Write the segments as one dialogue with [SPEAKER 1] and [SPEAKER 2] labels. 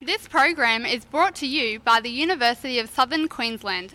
[SPEAKER 1] This program is brought to you by the University of Southern Queensland.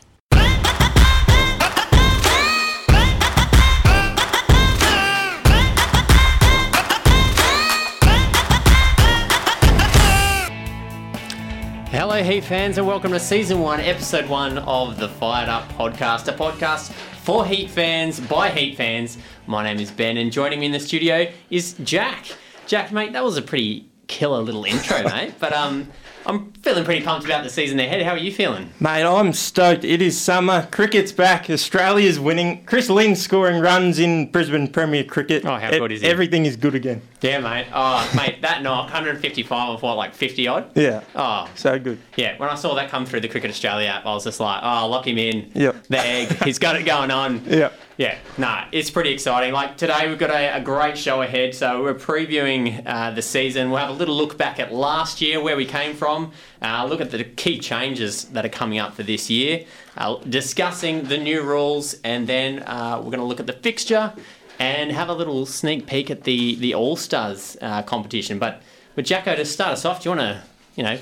[SPEAKER 2] Hello, Heat fans, and welcome to season one, episode one of the Fired Up Podcast, a podcast for Heat fans by Heat fans. My name is Ben, and joining me in the studio is Jack. Jack, mate, that was a pretty killer little intro, mate. But um, I'm feeling pretty pumped about the season ahead. How are you feeling?
[SPEAKER 3] Mate, I'm stoked. It is summer. Cricket's back. Australia's winning. Chris Lynn scoring runs in Brisbane Premier Cricket.
[SPEAKER 2] Oh, how
[SPEAKER 3] E-
[SPEAKER 2] good is he?
[SPEAKER 3] Everything is good again.
[SPEAKER 2] Yeah, mate. Oh, mate, that knock, 155 of what, like 50 odd?
[SPEAKER 3] Yeah.
[SPEAKER 2] Oh,
[SPEAKER 3] So good.
[SPEAKER 2] Yeah, when I saw that come through the Cricket Australia app, I was just like, oh, lock him in.
[SPEAKER 3] Yep.
[SPEAKER 2] The egg. He's got it going on.
[SPEAKER 3] Yep.
[SPEAKER 2] Yeah, nah, it's pretty exciting. Like today, we've got a, a great show ahead. So we're previewing uh, the season. We'll have a little look back at last year, where we came from, uh, look at the key changes that are coming up for this year, uh, discussing the new rules, and then uh, we're going to look at the fixture and have a little sneak peek at the, the All Stars uh, competition. But, but Jacko, to start us off, do you want to, you know,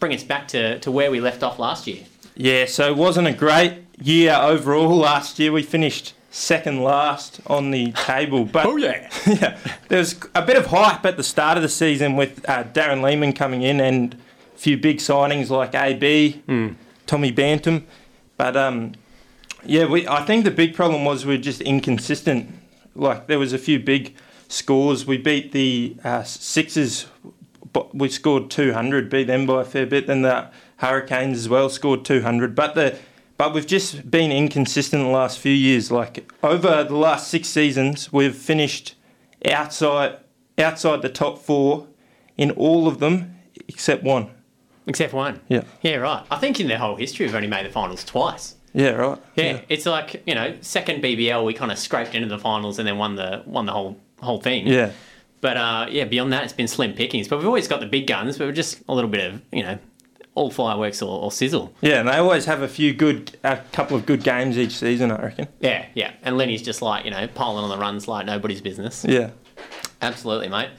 [SPEAKER 2] bring us back to, to where we left off last year?
[SPEAKER 3] Yeah, so it wasn't a great year overall last year. We finished second last on the table. But
[SPEAKER 2] yeah.
[SPEAKER 3] Oh, yeah, there was a bit of hype at the start of the season with uh, Darren Lehman coming in and a few big signings like AB, Tommy Bantam. But um, yeah, we, I think the big problem was we are just inconsistent. Like there was a few big scores. We beat the uh, Sixers. but We scored 200, beat them by a fair bit. Then the Hurricanes as well scored 200. But the but we've just been inconsistent the last few years. Like over the last six seasons, we've finished outside outside the top four in all of them except one.
[SPEAKER 2] Except one.
[SPEAKER 3] Yeah.
[SPEAKER 2] Yeah, right. I think in their whole history, we've only made the finals twice.
[SPEAKER 3] Yeah, right.
[SPEAKER 2] Yeah, it's like you know, second BBL, we kind of scraped into the finals and then won the won the whole whole thing.
[SPEAKER 3] Yeah.
[SPEAKER 2] But uh, yeah, beyond that, it's been slim pickings. But we've always got the big guns. But we're just a little bit of you know, all fireworks or, or sizzle.
[SPEAKER 3] Yeah, and they always have a few good, a couple of good games each season, I reckon.
[SPEAKER 2] Yeah, yeah. And Lenny's just like you know, piling on the runs like nobody's business.
[SPEAKER 3] Yeah.
[SPEAKER 2] Absolutely, mate.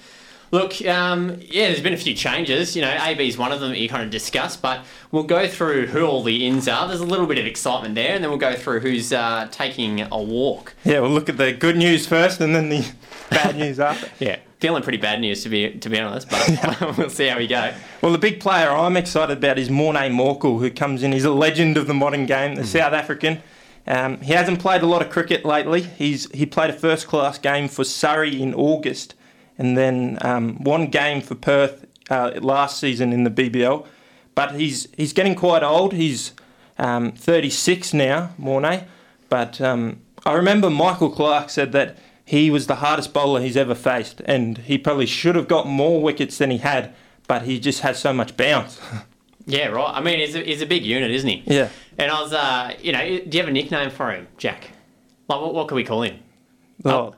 [SPEAKER 2] Look, um, yeah, there's been a few changes. You know, AB's one of them that you kind of discussed, but we'll go through who all the ins are. There's a little bit of excitement there, and then we'll go through who's uh, taking a walk.
[SPEAKER 3] Yeah, we'll look at the good news first and then the bad news after.
[SPEAKER 2] Yeah, feeling pretty bad news to be to be honest, but we'll see how we go.
[SPEAKER 3] Well, the big player I'm excited about is Mornay Morkel, who comes in. He's a legend of the modern game, the South African. Um, he hasn't played a lot of cricket lately. He's he played a first class game for Surrey in August, and then um, one game for Perth uh, last season in the BBL. But he's he's getting quite old. He's um, 36 now, Mornay. But um, I remember Michael Clark said that he was the hardest bowler he's ever faced, and he probably should have got more wickets than he had, but he just has so much bounce.
[SPEAKER 2] Yeah, right. I mean, he's a, he's a big unit, isn't he?
[SPEAKER 3] Yeah.
[SPEAKER 2] And I was, uh, you know, do you have a nickname for him, Jack? Like, what, what can we call him?
[SPEAKER 3] Oh,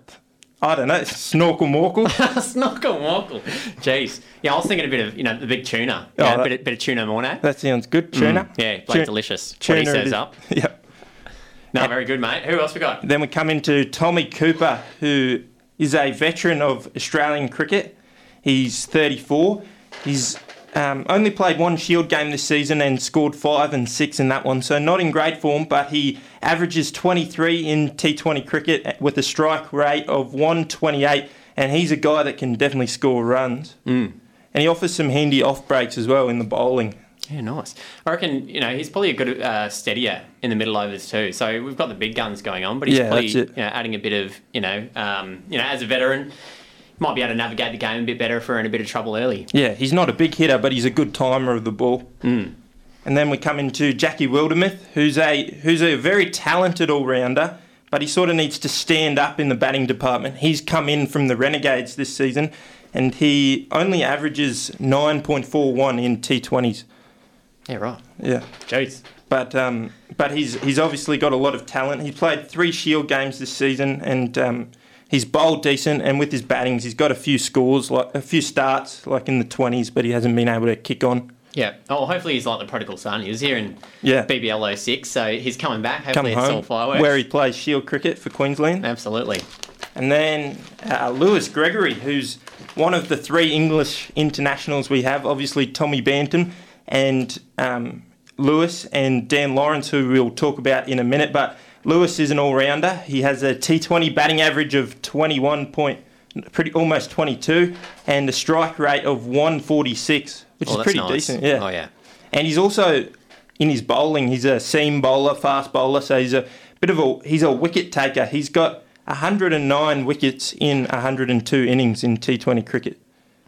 [SPEAKER 3] I don't know, snorkel morkel.
[SPEAKER 2] Snorkel Morkel. Jeez. Yeah, I was thinking a bit of, you know, the big tuna.
[SPEAKER 3] Oh,
[SPEAKER 2] Yeah, a
[SPEAKER 3] that-
[SPEAKER 2] bit, of- bit of tuna mornay.
[SPEAKER 3] that sounds good, tuna.
[SPEAKER 2] Yeah,
[SPEAKER 3] Tu-
[SPEAKER 2] Blake Delicious. What he
[SPEAKER 3] tuna it
[SPEAKER 2] serves
[SPEAKER 3] is.
[SPEAKER 2] up.
[SPEAKER 3] Yep.
[SPEAKER 2] No, very good, mate. Who else we got?
[SPEAKER 3] Then we come into Tommy Cooper, who is a veteran of Australian cricket. He's 34. He's um, only played one Shield game this season and scored five and six in that one, so not in great form, but he averages 23 in T20 cricket with a strike rate of 128, and he's a guy that can definitely score runs. And he offers some handy off breaks as well in the bowling.
[SPEAKER 2] Yeah, nice. I reckon, you know, he's probably a good uh, steadier in the middle overs too. So we've got the big guns going on, but he's
[SPEAKER 3] Yeah,
[SPEAKER 2] probably
[SPEAKER 3] that's it.
[SPEAKER 2] You know, adding a bit of, you know, um, you know, as a veteran, might be able to navigate the game a bit better if we're in a bit of trouble early.
[SPEAKER 3] Yeah, he's not a big hitter, but he's a good timer of the ball. And then we come into Jackie Wildermuth, who's a who's a very talented all rounder, but he sort of needs to stand up in the batting department. He's come in from the Renegades this season, and he only averages nine point four one in T twenties.
[SPEAKER 2] Yeah, right.
[SPEAKER 3] Yeah.
[SPEAKER 2] Jeez.
[SPEAKER 3] But um, but he's he's obviously got a lot of talent. He played three Shield games this season, and um, he's bowled decent. And with his battings, he's got a few scores, like a few starts, like in the twenties, but he hasn't been able to kick on.
[SPEAKER 2] Yeah. Oh, hopefully he's like the prodigal son. He was here in
[SPEAKER 3] Yeah.
[SPEAKER 2] BBL 06, so he's coming back.
[SPEAKER 3] Come
[SPEAKER 2] Hopefully it's all
[SPEAKER 3] home,
[SPEAKER 2] fireworks.
[SPEAKER 3] where he plays Shield cricket for Queensland.
[SPEAKER 2] Absolutely.
[SPEAKER 3] And then uh, Lewis Gregory, who's one of the three English internationals we have, obviously Tommy Bantam and um, Lewis and Dan Lawrence, who we'll talk about in a minute. But Lewis is an all rounder. He has a T20 batting average of 21 point, pretty almost 22, and a strike rate of 146, which
[SPEAKER 2] Oh,
[SPEAKER 3] is
[SPEAKER 2] that's
[SPEAKER 3] pretty
[SPEAKER 2] nice.
[SPEAKER 3] decent.
[SPEAKER 2] Oh yeah.
[SPEAKER 3] And he's also in his bowling. He's a seam bowler, fast bowler. So he's a bit of a he's a wicket taker. He's got 109 wickets in 102 innings in T20 cricket.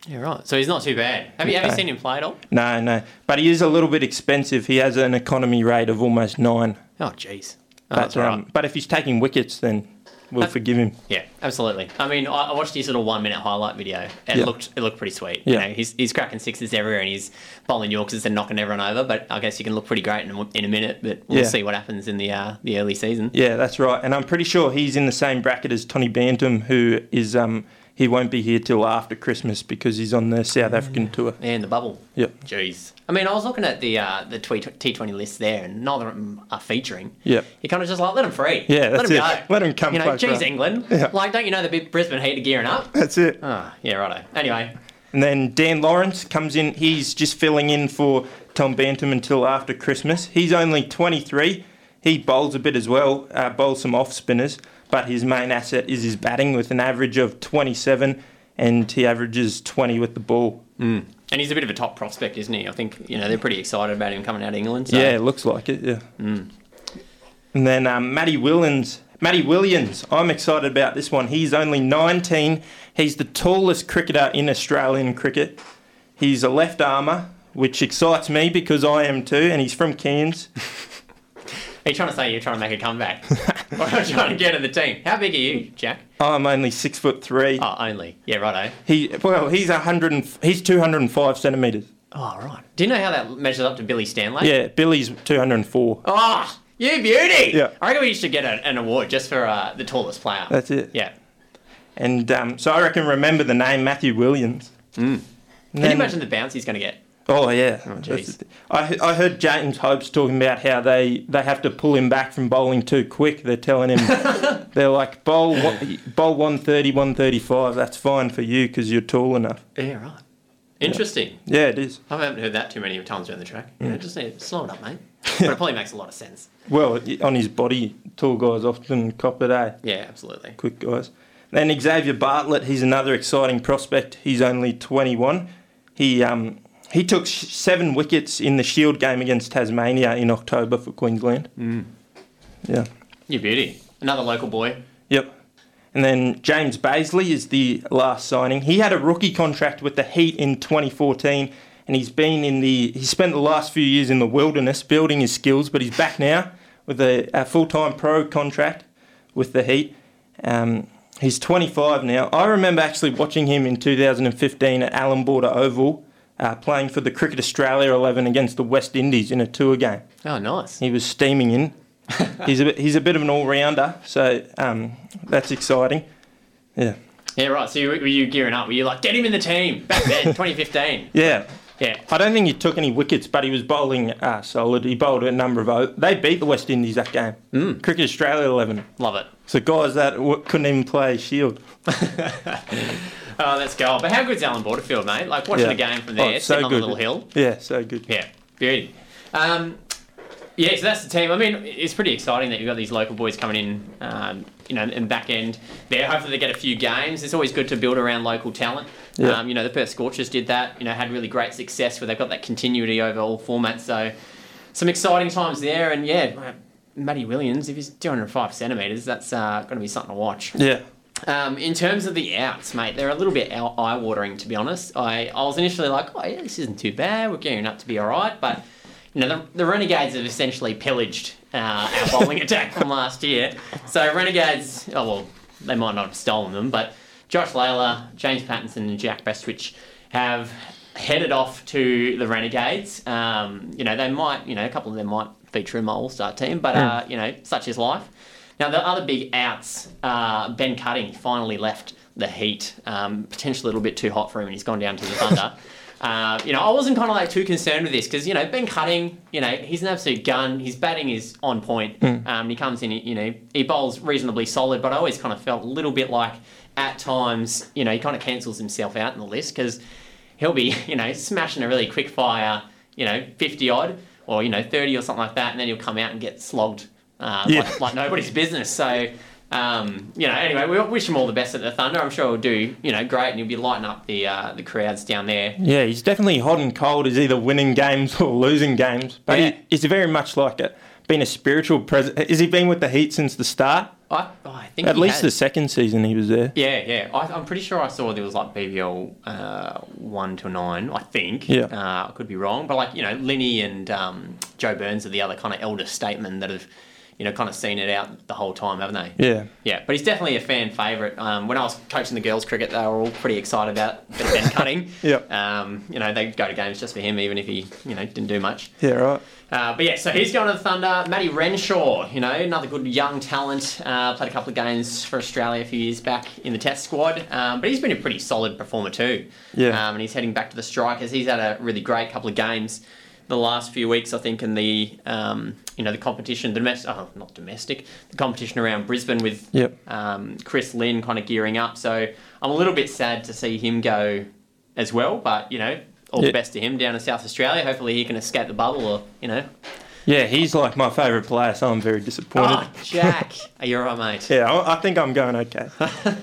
[SPEAKER 2] Yeah, right. So he's not too bad. Have you have you
[SPEAKER 3] No.
[SPEAKER 2] seen him play at all?
[SPEAKER 3] No, no, but he is a little bit expensive. He has an economy rate of almost nine.
[SPEAKER 2] Oh, jeez. Oh,
[SPEAKER 3] But,
[SPEAKER 2] that's all right.
[SPEAKER 3] um, but if he's taking wickets, then we'll
[SPEAKER 2] That-
[SPEAKER 3] forgive him.
[SPEAKER 2] Yeah, absolutely. I mean, I I watched his little one minute highlight video. It
[SPEAKER 3] Yeah.
[SPEAKER 2] looked it looked pretty sweet.
[SPEAKER 3] Yeah.
[SPEAKER 2] You know, he's he's cracking sixes everywhere and he's bowling Yorkers and knocking everyone over. But I guess he can look pretty great in, a- in a minute. But we'll
[SPEAKER 3] Yeah.
[SPEAKER 2] see what happens in the uh, the early season.
[SPEAKER 3] Yeah, that's right. And I'm pretty sure he's in the same bracket as Tony Bantam, who is um he won't be here till after Christmas because he's on the South
[SPEAKER 2] Mm.
[SPEAKER 3] African tour.
[SPEAKER 2] And the bubble.
[SPEAKER 3] Yep.
[SPEAKER 2] Jeez. I mean, I was looking at the uh, the T Twenty list there, and neither of them are featuring.
[SPEAKER 3] Yep.
[SPEAKER 2] You kind of just like let them free.
[SPEAKER 3] Yeah,
[SPEAKER 2] let
[SPEAKER 3] that's
[SPEAKER 2] them
[SPEAKER 3] it.
[SPEAKER 2] go.
[SPEAKER 3] Let 'em come
[SPEAKER 2] You know,
[SPEAKER 3] play for
[SPEAKER 2] jeez,
[SPEAKER 3] us.
[SPEAKER 2] England.
[SPEAKER 3] Yeah.
[SPEAKER 2] Like, don't you know the big Brisbane Heat are gearing up?
[SPEAKER 3] That's it.
[SPEAKER 2] Ah, yeah, righto. Anyway,
[SPEAKER 3] And then Dan Lawrence comes in. He's just filling in for Tom Bantam until after Christmas. He's only 23. He bowls a bit as well, uh, bowls some off spinners, but his main asset is his batting with an average of 27, and he averages 20 with the ball.
[SPEAKER 2] and he's a bit of a top prospect, isn't he? I think you know they're pretty excited about him coming out of England. So.
[SPEAKER 3] Yeah, it looks like it. Yeah. And then um, Matty Williams. Matty Williams. I'm excited about this one. He's only 19. He's the tallest cricketer in Australian cricket. He's a left armer, which excites me because I am too, and he's from Cairns.
[SPEAKER 2] Are you trying to say you're trying to make a comeback? or are you trying to get in the team? How big are you, Jack?
[SPEAKER 3] I'm only six foot three.
[SPEAKER 2] Oh, only. Yeah, righto.
[SPEAKER 3] He well, he's 100. And, f- he's 205 centimeters.
[SPEAKER 2] Oh, right. Do you know how that measures up to Billy Stanley?
[SPEAKER 3] Yeah, Billy's 204.
[SPEAKER 2] Oh, you beauty!
[SPEAKER 3] Yeah.
[SPEAKER 2] I reckon we should get a, an award just for uh, the tallest player.
[SPEAKER 3] That's it.
[SPEAKER 2] Yeah.
[SPEAKER 3] And um, so I reckon remember the name Matthew Williams.
[SPEAKER 2] Can you imagine the bounce he's going to get?
[SPEAKER 3] Oh yeah,
[SPEAKER 2] jeez.
[SPEAKER 3] That's- I I heard James Hope's talking about how they, they have to pull him back from bowling too quick. They're telling him they're like bowl one- bowl 130, 135. That's fine for you because you're tall enough.
[SPEAKER 2] Yeah, right. Interesting.
[SPEAKER 3] Yeah, it is.
[SPEAKER 2] I haven't heard that too many times around the track. You know, just need to slow it up, mate. but it probably makes a lot of sense.
[SPEAKER 3] Well, it- on his body, tall guys often cop it. Eh?
[SPEAKER 2] Yeah, absolutely.
[SPEAKER 3] Quick guys. Then Xavier Bartlett. He's another exciting prospect. He's only 21. He um he took sh- seven wickets in the Shield game against Tasmania in October for Queensland. Yeah.
[SPEAKER 2] You beauty. Another local boy.
[SPEAKER 3] Yep. And then James Baisley is the last signing. He had a rookie contract with the Heat in 2014, and he's been in the. He spent the last few years in the wilderness building his skills, but he's back now with a, a full-time pro contract with the Heat. Um, he's 25 now. I remember actually watching him in 2015 at Allen Border Oval, uh, playing for the Cricket Australia 11 against the West Indies in a tour game.
[SPEAKER 2] Oh, nice.
[SPEAKER 3] He was steaming in. he's a bit, he's a bit of an all rounder, so um, that's exciting. Yeah,
[SPEAKER 2] Yeah, right. So you, were you gearing up? Were you like, get him in the team back then, 2015?
[SPEAKER 3] yeah.
[SPEAKER 2] Yeah.
[SPEAKER 3] I don't think he took any wickets, but he was bowling uh, solid. He bowled a number of. o- They beat the West Indies that game. Mm. Cricket Australia eleven.
[SPEAKER 2] Love it.
[SPEAKER 3] So guys that w- couldn't even play Shield.
[SPEAKER 2] Oh, that's gold. But how good's Alan Borderfield, mate? Like watching
[SPEAKER 3] Yeah.
[SPEAKER 2] the game from
[SPEAKER 3] Oh,
[SPEAKER 2] there,
[SPEAKER 3] it's
[SPEAKER 2] sitting on the little hill.
[SPEAKER 3] Yeah, so good.
[SPEAKER 2] Yeah, beauty. Um, yeah, so that's the team. I mean, it's pretty exciting that you've got these local boys coming in, um, you know, and back end there. Hopefully, they get a few games. It's always good to build around local talent.
[SPEAKER 3] Yeah.
[SPEAKER 2] Um, you know, the Perth Scorchers did that. You know, had really great success where they've got that continuity over all formats. So, some exciting times there. And yeah, Matty Williams, if he's 205 centimetres, that's uh, going to be something to watch.
[SPEAKER 3] Yeah.
[SPEAKER 2] Um, in terms of the outs, mate, they're a little bit eye watering, to be honest. I, I was initially like, oh, yeah, this isn't too bad. We're gearing up to be all right. But, you know, the, the Renegades have essentially pillaged uh, our bowling attack from last year. So, Renegades, oh, well, they might not have stolen them, but Josh Layla, James Pattinson, and Jack Bestwich have headed off to the Renegades. Um, you know, they might, you know, a couple of them might feature in my All Star team, but, uh, you know, such is life. Now, the other big outs, uh, Ben Cutting finally left the Heat, um, potentially a little bit too hot for him, and he's gone down to the Thunder. Uh, you know, I wasn't kind of like too concerned with this because you know Ben Cutting, you know, he's an absolute gun. His batting is on point. Um, he comes in, you know, he bowls reasonably solid. But I always kind of felt a little bit like at times, you know, he kind of cancels himself out in the list because he'll be, you know, smashing a really quick fire, you know, fifty odd or you know thirty or something like that, and then he'll come out and get slogged uh,
[SPEAKER 3] Yeah.
[SPEAKER 2] like, like nobody's business. So. Um, you know, anyway, we wish him all the best at the Thunder. I'm sure he'll do, you know, great, and he'll be lighting up the uh, the crowds down there.
[SPEAKER 3] Yeah, he's definitely hot and cold. He's either winning games or losing games. But
[SPEAKER 2] Yeah.
[SPEAKER 3] he, he's very much like it. Been a spiritual president. Has he been with the Heat since the start?
[SPEAKER 2] I, oh, I think
[SPEAKER 3] At
[SPEAKER 2] he
[SPEAKER 3] least
[SPEAKER 2] has.
[SPEAKER 3] the second season he was there.
[SPEAKER 2] Yeah, yeah. I, I'm pretty sure I saw there was like BBL uh, one to nine. I think.
[SPEAKER 3] Yeah.
[SPEAKER 2] Uh, I could be wrong, but like you know, Linney and um, Joe Burns are the other kind of elder statesmen that have, you know, kind of seen it out the whole time, haven't they?
[SPEAKER 3] Yeah.
[SPEAKER 2] Yeah, but he's definitely a fan favourite. Um, when I was coaching the girls' cricket, they were all pretty excited about a bit of Ben Cutting.
[SPEAKER 3] Yep.
[SPEAKER 2] Um, you know, they'd go to games just for him, even if he, you know, didn't do much.
[SPEAKER 3] Yeah, right.
[SPEAKER 2] Uh, but yeah, so he's going to the Thunder. Matty Renshaw, you know, another good young talent. Uh, played a couple of games for Australia a few years back in the Test squad, um, but he's been a pretty solid performer too.
[SPEAKER 3] Yeah.
[SPEAKER 2] Um, and he's heading back to the strikers. He's had a really great couple of games the last few weeks, I think, in the um, you know the competition, the domestic, oh, not domestic, the competition around Brisbane with
[SPEAKER 3] Yep.
[SPEAKER 2] um, Chris Lynn kind of gearing up. So I'm a little bit sad to see him go as well, but you know. All
[SPEAKER 3] Yeah.
[SPEAKER 2] the best to him down in South Australia. Hopefully he can escape the bubble, or you know,
[SPEAKER 3] Yeah, he's like my favourite player, so I'm very disappointed.
[SPEAKER 2] Oh, Jack. Are you alright, mate?
[SPEAKER 3] Ah. Yeah, I, I think I'm going okay.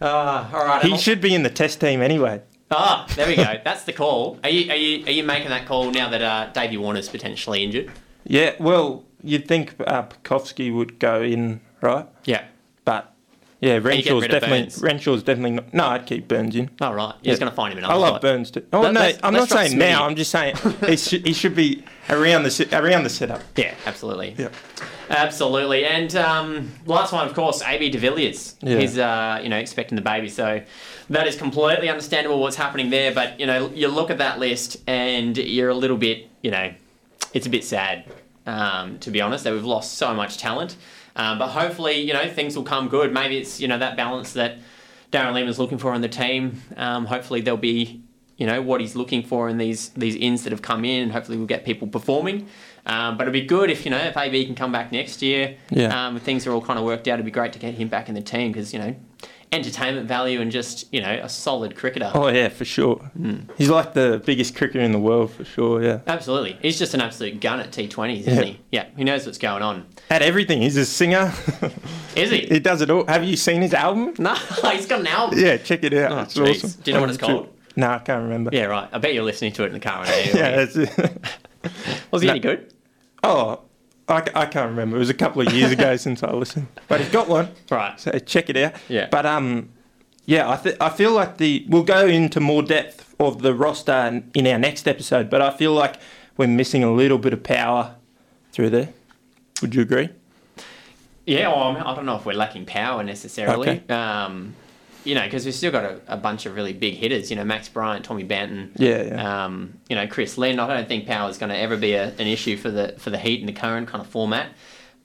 [SPEAKER 2] Uh, alright.
[SPEAKER 3] He
[SPEAKER 2] I'm-
[SPEAKER 3] should be in the test team anyway.
[SPEAKER 2] Ah, there we go. That's the call. Are you are you are you making that call now that uh, Davey Warner's potentially injured?
[SPEAKER 3] Yeah, well, you'd think uh, Pekowski would go in, right?
[SPEAKER 2] Yeah.
[SPEAKER 3] But yeah, Renshaw's
[SPEAKER 2] rid of
[SPEAKER 3] definitely
[SPEAKER 2] Burns.
[SPEAKER 3] Renshaw's definitely not. No, I'd keep Burns in.
[SPEAKER 2] All right. He's
[SPEAKER 3] Yeah.
[SPEAKER 2] going to find him another.
[SPEAKER 3] I love
[SPEAKER 2] spot.
[SPEAKER 3] Burns too. Oh
[SPEAKER 2] Let-
[SPEAKER 3] no,
[SPEAKER 2] let's-
[SPEAKER 3] I'm
[SPEAKER 2] let's
[SPEAKER 3] not
[SPEAKER 2] drop
[SPEAKER 3] saying now.
[SPEAKER 2] Smitty.
[SPEAKER 3] I'm just saying he should, he should be around the se- around the setup.
[SPEAKER 2] Yeah, absolutely. Absolutely. And um, last one, of course, AB de Villiers.
[SPEAKER 3] Yeah.
[SPEAKER 2] He's, uh, you know, expecting the baby. So that is completely understandable what's happening there. But, you know, you look at that list and you're a little bit, you know, it's a bit sad, um, to be honest, that we've lost so much talent. Um, but hopefully, you know, things will come good. Maybe it's, you know, that balance that Darren Lehman's looking for on the team. Um, hopefully there'll be, you know, what he's looking for in these these ins that have come in, and hopefully we'll get people performing. Um, but it'd be good if you know if AB can come back next year.
[SPEAKER 3] Yeah.
[SPEAKER 2] Um, if things are all kind of worked out. It'd be great to get him back in the team because you know, entertainment value and just you know a solid cricketer.
[SPEAKER 3] Oh yeah, for sure. He's like the biggest cricketer in the world for sure. Yeah,
[SPEAKER 2] Absolutely, he's just an absolute gun at T20s, isn't
[SPEAKER 3] Yeah.
[SPEAKER 2] he? Yeah, he knows what's going on.
[SPEAKER 3] at everything. He's a singer.
[SPEAKER 2] Is he?
[SPEAKER 3] he does it all. Have you seen his album?
[SPEAKER 2] no, he's got an album.
[SPEAKER 3] Yeah, check it out.
[SPEAKER 2] Oh,
[SPEAKER 3] it's
[SPEAKER 2] jeez.
[SPEAKER 3] awesome.
[SPEAKER 2] Do you know what it's called?
[SPEAKER 3] No, I can't remember.
[SPEAKER 2] Yeah, right. I bet you're listening to it in the car. Right?
[SPEAKER 3] yeah. That's it.
[SPEAKER 2] was he
[SPEAKER 3] No.
[SPEAKER 2] any good?
[SPEAKER 3] oh, I, ca- I can't remember. It was a couple of years ago since I listened, but he's got one.
[SPEAKER 2] Right.
[SPEAKER 3] So check it out.
[SPEAKER 2] Yeah.
[SPEAKER 3] But um, yeah, I th- I feel like the we'll go into more depth of the roster in- in our next episode, but I feel like we're missing a little bit of power through there. Would you agree?
[SPEAKER 2] Yeah, well, I'm- I don't know if we're lacking power necessarily. Um, you know, because we've still got a, a bunch of really big hitters. You know, Max Bryant, Tommy Banton.
[SPEAKER 3] Yeah, yeah.
[SPEAKER 2] Um, you know, Chris Lynn. I don't think power is going to ever be a, an issue for the for the Heat in the current kind of format.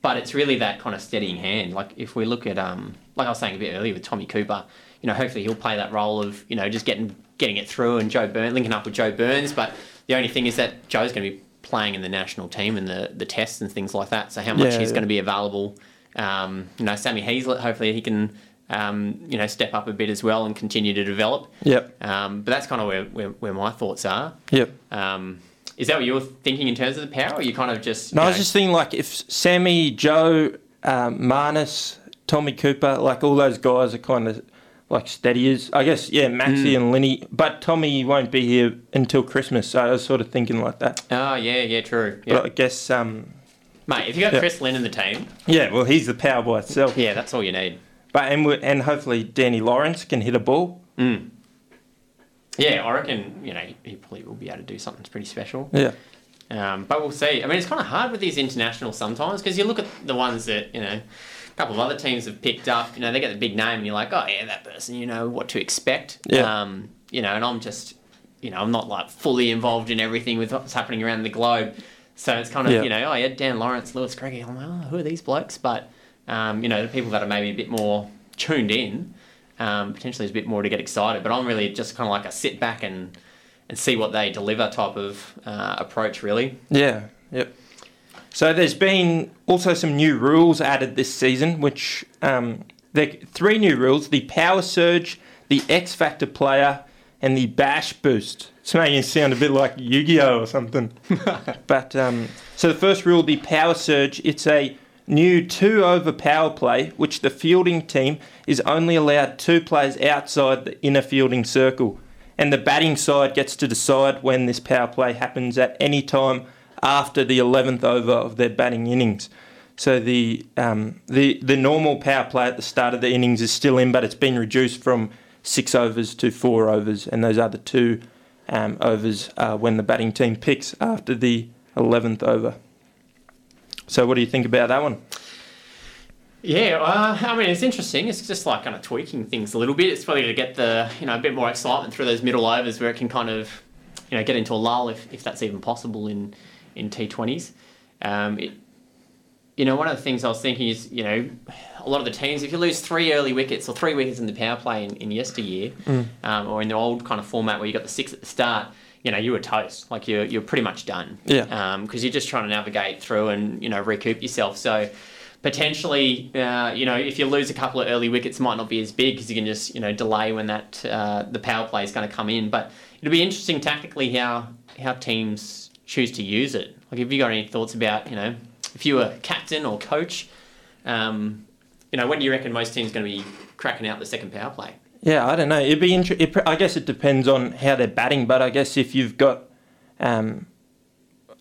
[SPEAKER 2] But it's really that kind of steadying hand. Like if we look at, um, like I was saying a bit earlier with Tommy Cooper, you know, hopefully he'll play that role of you know just getting getting it through and Joe Burns linking up with Joe Burns. But the only thing is that Joe's going to be playing in the national team and the the tests and things like that. So how much
[SPEAKER 3] Yeah,
[SPEAKER 2] he's
[SPEAKER 3] yeah.
[SPEAKER 2] going to be available. Um, you know, Sammy Heaslett, hopefully he can, um, you know, step up a bit as well and continue to develop.
[SPEAKER 3] Yep.
[SPEAKER 2] Um, but that's kind of where, where, where my thoughts are.
[SPEAKER 3] Yep.
[SPEAKER 2] Um, is that what you're thinking in terms of the power? Or you kind of just.
[SPEAKER 3] No,
[SPEAKER 2] you
[SPEAKER 3] I was
[SPEAKER 2] know-
[SPEAKER 3] just thinking like if Sammy, Joe, um, Marnus, Tommy Cooper, like all those guys are kind of like steadiers. I guess yeah, Maxi
[SPEAKER 2] Hmm.
[SPEAKER 3] and Linny, but Tommy won't be here until Christmas. So I was sort of thinking like that.
[SPEAKER 2] Oh, yeah, yeah, true. Yeah.
[SPEAKER 3] But I guess um,
[SPEAKER 2] Mate, if you got
[SPEAKER 3] Yeah.
[SPEAKER 2] Chris Lynn in the team,
[SPEAKER 3] yeah, well he's the power by itself.
[SPEAKER 2] yeah, that's all you need.
[SPEAKER 3] But and we and hopefully Danny Lawrence can hit a ball.
[SPEAKER 2] Yeah, I reckon, you know, he probably will be able to do something pretty special.
[SPEAKER 3] Yeah.
[SPEAKER 2] Um, but we'll see. I mean, it's kind of hard with these internationals sometimes because you look at the ones that, you know, a couple of other teams have picked up, you know, they get the big name and you're like, oh, yeah, that person, you know what to expect.
[SPEAKER 3] Yeah.
[SPEAKER 2] Um, you know, and I'm just, you know, I'm not like fully involved in everything with what's happening around the globe. So it's kind of,
[SPEAKER 3] Yeah.
[SPEAKER 2] you know, oh, yeah, Dan Lawrence, Lewis Craigie. I'm like, oh, who are these blokes? But, um, you know, the people that are maybe a bit more tuned in, um, potentially there's a bit more to get excited. But I'm really just kind of like a sit back and, and see what they deliver type of uh, approach, really.
[SPEAKER 3] Yeah, yep. So there's been also some new rules added this season, which um, there three new rules: the power surge, the X Factor player, and the bash boost. It's making it sound a bit like Yu-Gi-Oh or something. but um, so the first rule, the power surge, it's a new two-over power play, which the fielding team is only allowed two players outside the inner fielding circle and the batting side gets to decide when this power play happens at any time after the 11th over of their batting innings. So the um, the the normal power play at the start of the innings is still in, but it's been reduced from six overs to four overs, and those other two um, overs are when the batting team picks after the 11th over. So what do you think about that one?
[SPEAKER 2] Yeah, uh, I mean it's interesting. It's just like kind of tweaking things a little bit. It's probably to get the you know a bit more excitement through those middle overs where it can kind of you know get into a lull if, if that's even possible in in T20s. Um, it, you know, one of the things I was thinking is you know a lot of the teams if you lose three early wickets or three wickets in the power play in, in yesteryear um, or in the old kind of format where you got the six at the start. You know, you were toast. Like you're you're pretty much done.
[SPEAKER 3] Yeah.
[SPEAKER 2] Because um, you're just trying to navigate through and you know recoup yourself. So potentially, uh, you know, if you lose a couple of early wickets, it might not be as big because you can just, you know, delay when that uh, the power play is going to come in. But it'll be interesting tactically how how teams choose to use it. Like, have you got any thoughts about, you know, if you were captain or coach, um, you know, when do you reckon most teams going to be cracking out the second power play?
[SPEAKER 3] Yeah, I don't know. It'd be inter- it, pr- I guess it depends on how they're batting, but I guess if you've got, um,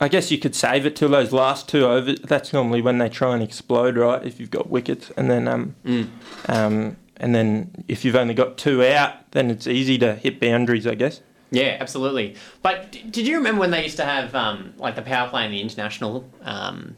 [SPEAKER 3] I guess you could save it till those last two overs. That's normally when they try and explode, right? If you've got wickets, and then um, um, and then if you've only got two out, then it's easy to hit boundaries, I guess.
[SPEAKER 2] Yeah, absolutely. But d- did you remember when they used to have um, like the power play in the international um,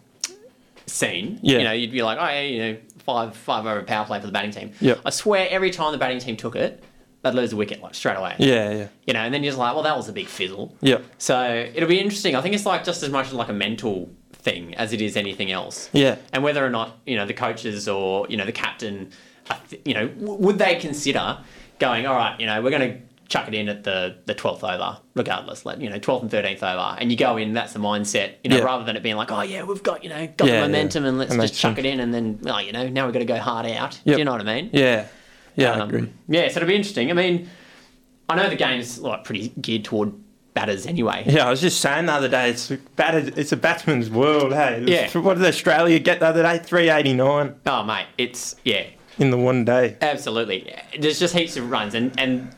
[SPEAKER 2] scene?
[SPEAKER 3] Yeah.
[SPEAKER 2] You know, you'd be like, oh, yeah, you know, five five over power play for the batting team.
[SPEAKER 3] Yep.
[SPEAKER 2] I swear, every time the batting team took it, they'd lose the wicket like straight away.
[SPEAKER 3] Yeah, yeah,
[SPEAKER 2] You know, and then you're just like, well, that was a big fizzle.
[SPEAKER 3] yeah,
[SPEAKER 2] So it'll be interesting. I think it's like just as much like a mental thing as it is anything else.
[SPEAKER 3] yeah,
[SPEAKER 2] And whether or not you know the coaches or you know the captain, uh, th- you know, w- would they consider going? All right, you know, we're going to chuck it in at the the twelfth over, regardless. Like you know, twelfth and thirteenth over, and you go in. That's the mindset, you know,
[SPEAKER 3] Yeah.
[SPEAKER 2] rather than it being like, oh yeah, we've got you know got
[SPEAKER 3] Yeah, yeah.
[SPEAKER 2] the momentum and let's
[SPEAKER 3] That
[SPEAKER 2] just
[SPEAKER 3] makes
[SPEAKER 2] chuck
[SPEAKER 3] sense.
[SPEAKER 2] it in, and then well, you know, now we've got to go hard out.
[SPEAKER 3] Yep.
[SPEAKER 2] Do you know what I mean?
[SPEAKER 3] yeah, yeah. I
[SPEAKER 2] Um,
[SPEAKER 3] agree.
[SPEAKER 2] Yeah, so it'll be interesting. I mean, I know the game's like pretty geared toward batters anyway.
[SPEAKER 3] Yeah, I was just saying the other day, it's a bat- it's a batsman's world, hey.
[SPEAKER 2] Yeah.
[SPEAKER 3] What did Australia get the other day? Three eighty nine
[SPEAKER 2] Oh mate, it's yeah,
[SPEAKER 3] in the one day.
[SPEAKER 2] Absolutely. There's just heaps of runs and, and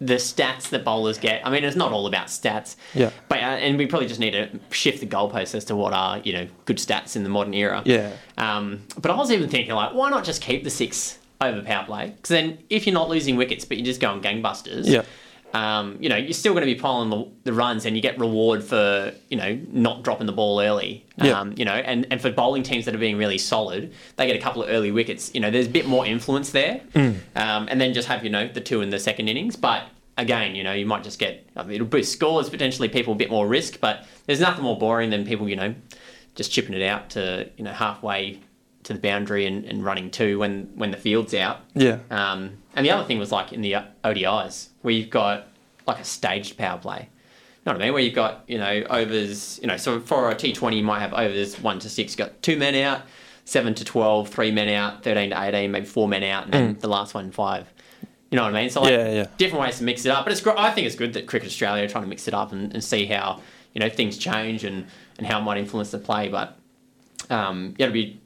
[SPEAKER 2] the stats that bowlers get. I mean, it's not all about stats.
[SPEAKER 3] Yeah.
[SPEAKER 2] But uh, and we probably just need to shift the goalposts as to what are you know good stats in the modern era.
[SPEAKER 3] Yeah.
[SPEAKER 2] Um, but I was even thinking like, why not just keep the six over power play? Because then if you're not losing wickets, but you're just going gangbusters.
[SPEAKER 3] Yeah.
[SPEAKER 2] Um, you know, you're still going to be piling the, the runs, and you get reward for you know not dropping the ball early.
[SPEAKER 3] Yeah.
[SPEAKER 2] Um, you know, and, and for bowling teams that are being really solid, they get a couple of early wickets. You know, there's a bit more influence there, um, and then just have you know the two in the second innings. But again, you know, you might just get I mean, it'll boost scores potentially, people a bit more risk. But there's nothing more boring than people you know just chipping it out to you know halfway to the boundary and, and running two when when the field's out.
[SPEAKER 3] Yeah.
[SPEAKER 2] Um, and the other thing was like in the ODIs where you've got like a staged power play. You know what I mean? Where you've got you know overs. You know, so for a T twenty, you might have overs one to six. You've got two men out, seven to 12, three men out, thirteen to eighteen, maybe four men out, and then the last one five. You know what I mean? So like
[SPEAKER 3] Mm. Yeah, yeah.
[SPEAKER 2] different ways to mix it up. But it's gr- I think it's good that Cricket Australia are trying to mix it up and, and see how you know things change and and how it might influence the play. But um, yeah, it'll be,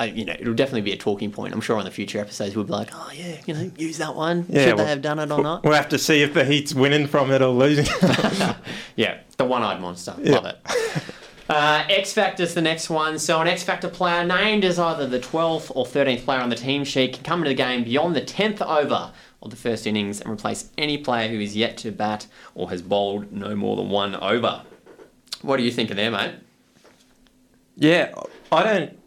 [SPEAKER 2] uh, you know, it'll definitely be a talking point. I'm sure on the future episodes we'll be like, oh yeah, you know, use that one.
[SPEAKER 3] Yeah,
[SPEAKER 2] Should
[SPEAKER 3] well-
[SPEAKER 2] they have done it or not?
[SPEAKER 3] We'll have to see if the Heat's winning from it or losing.
[SPEAKER 2] Yeah, the one-eyed monster. Love it. Uh, X Factor's the next one. So an X Factor player named as either the 12th or 13th player on the team sheet can come into the game beyond the 10th over of the first innings and replace any player who is yet to bat or has bowled no more than one over. What do you think of there, mate?
[SPEAKER 3] yeah, I don't.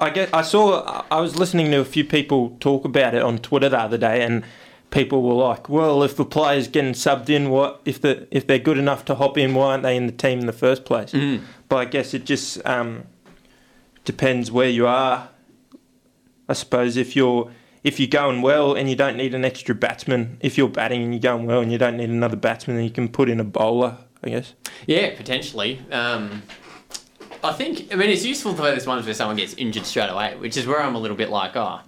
[SPEAKER 3] I guess I saw. I- I was listening to a few people talk about it on Twitter the other day, and people were like, "Well, if the player's getting subbed in, what if the if they're good enough to hop in? Why aren't they in the team in the first place?"
[SPEAKER 2] Mm.
[SPEAKER 3] But I guess it just um, depends where you are. I suppose if you're if you're going well and you don't need an extra batsman, if you're batting and you're going well and you don't need another batsman, then you can put in a bowler, I guess.
[SPEAKER 2] Yeah, potentially. Um, I think, I mean, it's useful for those ones where someone gets injured straight away, which is where I'm a little bit like, oh,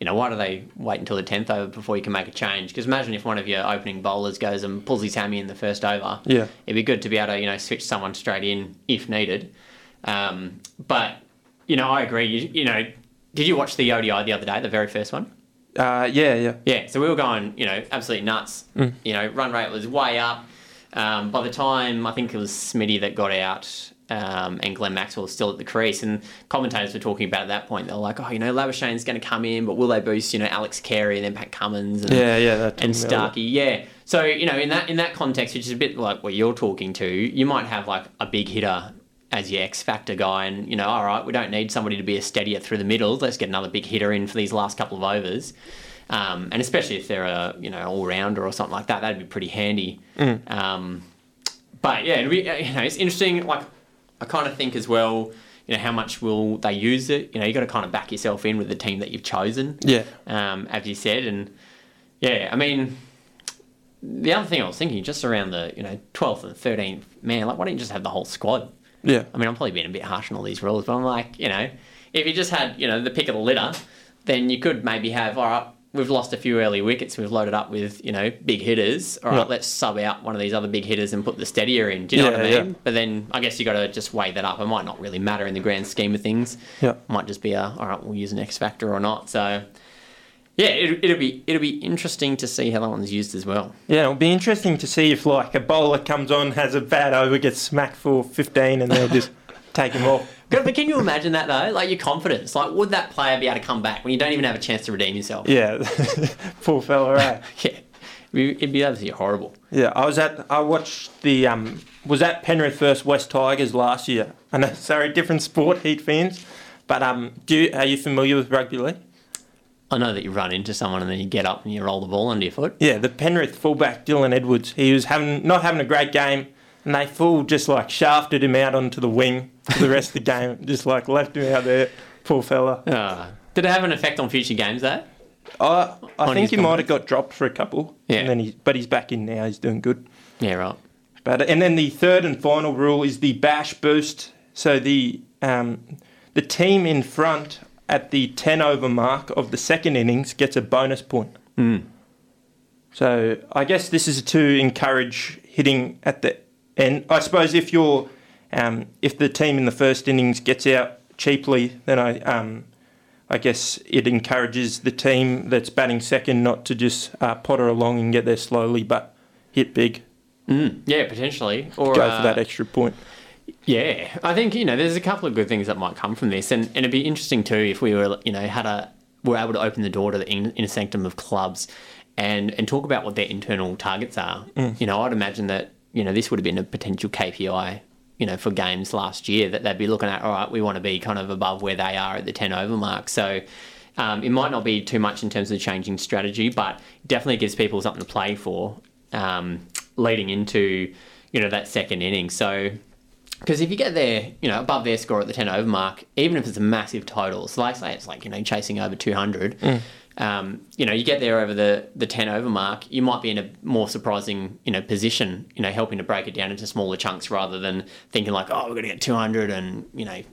[SPEAKER 2] you know, why do they wait until the 10th over before you can make a change? Because imagine if one of your opening bowlers goes and pulls his hammy in the first over.
[SPEAKER 3] Yeah.
[SPEAKER 2] It'd be good to be able to, you know, switch someone straight in if needed. Um, but, you know, I agree. You, you know, did you watch the ODI the other day, the very first one?
[SPEAKER 3] Uh, yeah, yeah.
[SPEAKER 2] Yeah, so we were going, you know, absolutely nuts. You know, run rate was way up. Um, by the time I think it was Smitty that got out, um, and Glenn Maxwell was still at the crease, and commentators were talking about at that point. They were like, "Oh, you know, Labuschagne's going to come in, but will they boost, you know, Alex Carey and then Pat Cummins and
[SPEAKER 3] Yeah, yeah. That
[SPEAKER 2] and Starkey, yeah. So you know, in that in that context, which is a bit like what you're talking to, you might have like a big hitter as your X factor guy, and you know, all right, we don't need somebody to be a steadier through the middle. Let's get another big hitter in for these last couple of overs, um, and especially if they're a you know all rounder or something like that, that'd be pretty handy.
[SPEAKER 3] Mm.
[SPEAKER 2] Um, but yeah, it'd be, uh, you know, it's interesting. Like, I kind of think as well. You know how much will they use it? You know you got to kind of back yourself in with the team that you've chosen
[SPEAKER 3] Yeah.
[SPEAKER 2] um, as you said, and yeah, I mean, the other thing I was thinking, just around the you know twelfth and thirteenth man, like why don't you just have the whole squad?
[SPEAKER 3] Yeah.
[SPEAKER 2] I mean, I'm probably being a bit harsh on all these rules, but I'm like, you know, if you just had you know the pick of the litter, then you could maybe have all right. We've lost a few early wickets. We've loaded up with you know big hitters. All right,
[SPEAKER 3] Yeah.
[SPEAKER 2] let's sub out one of these other big hitters and put the steadier in. Do you know what
[SPEAKER 3] Yeah,
[SPEAKER 2] I
[SPEAKER 3] yeah.
[SPEAKER 2] mean? But then I guess you got to just weigh that up. It might not really matter in the grand scheme of things
[SPEAKER 3] Yeah.
[SPEAKER 2] might just be a all right. We'll use an X factor or not. So yeah, it, it'll be it'll be interesting to see how that one's used as well.
[SPEAKER 3] Yeah, it'll be interesting to see if like a bowler comes on, has a bad over, gets smacked for 15, and they'll just take him off.
[SPEAKER 2] But can you imagine that though? Like your confidence. Like would that player be able to come back when you don't even have a chance to redeem yourself?
[SPEAKER 3] Yeah, poor fella. eh?
[SPEAKER 2] Yeah, it'd be, it'd be absolutely horrible.
[SPEAKER 3] Yeah, I was at. I watched the um was at Penrith versus West Tigers last year. I know, sorry, different sport, Heat fans, but um, do you, are you familiar with rugby league?
[SPEAKER 2] I know that you run into someone and then you get up and you roll the ball under your foot.
[SPEAKER 3] Yeah, the Penrith fullback Dylan Edwards. He was having not having a great game, and they full just like shafted him out onto the wing for the rest of the game. Just like left him out there, poor fella.
[SPEAKER 2] Ah. did it have an effect on future games though?
[SPEAKER 3] I I
[SPEAKER 2] On his
[SPEAKER 3] think he might have got dropped for a couple.
[SPEAKER 2] Yeah.
[SPEAKER 3] And then he's but he's back in now. He's doing good.
[SPEAKER 2] Yeah, right.
[SPEAKER 3] But and then the third and final rule is the bash boost. So the um, the team in front at the ten over mark of the second innings gets a bonus point. So I guess this is to encourage hitting at the end. I suppose if you're um, if the team in the first innings gets out cheaply, then I um, I guess it encourages the team that's batting second not to just uh, potter along and get there slowly, but hit big,
[SPEAKER 2] Yeah, potentially. Or
[SPEAKER 3] go
[SPEAKER 2] uh,
[SPEAKER 3] for that extra point.
[SPEAKER 2] Yeah, I think you know there's a couple of good things that might come from this, and, and it'd be interesting too if we were you know had a were able to open the door to the in, inner sanctum of clubs, and and talk about what their internal targets are. You know, I'd imagine that you know this would have been a potential KPI. You know, for games last year, that they'd be looking at. All right, we want to be kind of above where they are at the ten over mark. So um, it might not be too much in terms of changing strategy, but definitely gives people something to play for um, leading into you know that second inning. So because if you get there, you know, above their score at the 10 over mark, even if it's a massive total, so like say it's like, you know, chasing over 200, um, you know, you get there over the, the 10 over mark, you might be in a more surprising, you know, position, you know, helping to break it down into smaller chunks rather than thinking like, oh, we're going to get 200 and, you know, y-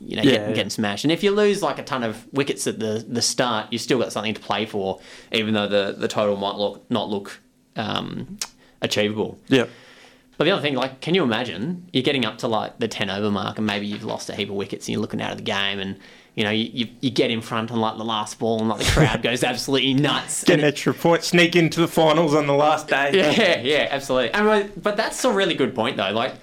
[SPEAKER 2] you know,
[SPEAKER 3] Yeah,
[SPEAKER 2] getting,
[SPEAKER 3] yeah.
[SPEAKER 2] getting smashed. And if you lose like a ton of wickets at the, the start, you've still got something to play for, even though the, the total might look, not look um, achievable.
[SPEAKER 3] Yeah.
[SPEAKER 2] But the other thing, like, can you imagine you're getting up to like the ten over mark, and maybe you've lost a heap of wickets, and you're looking out of the game, and you know you, you, you get in front on like the last ball, and like the crowd goes absolutely nuts.
[SPEAKER 3] Get an
[SPEAKER 2] And-
[SPEAKER 3] extra point, sneak into the finals on the last day.
[SPEAKER 2] yeah, yeah, absolutely. And, like, but that's a really good point though. Like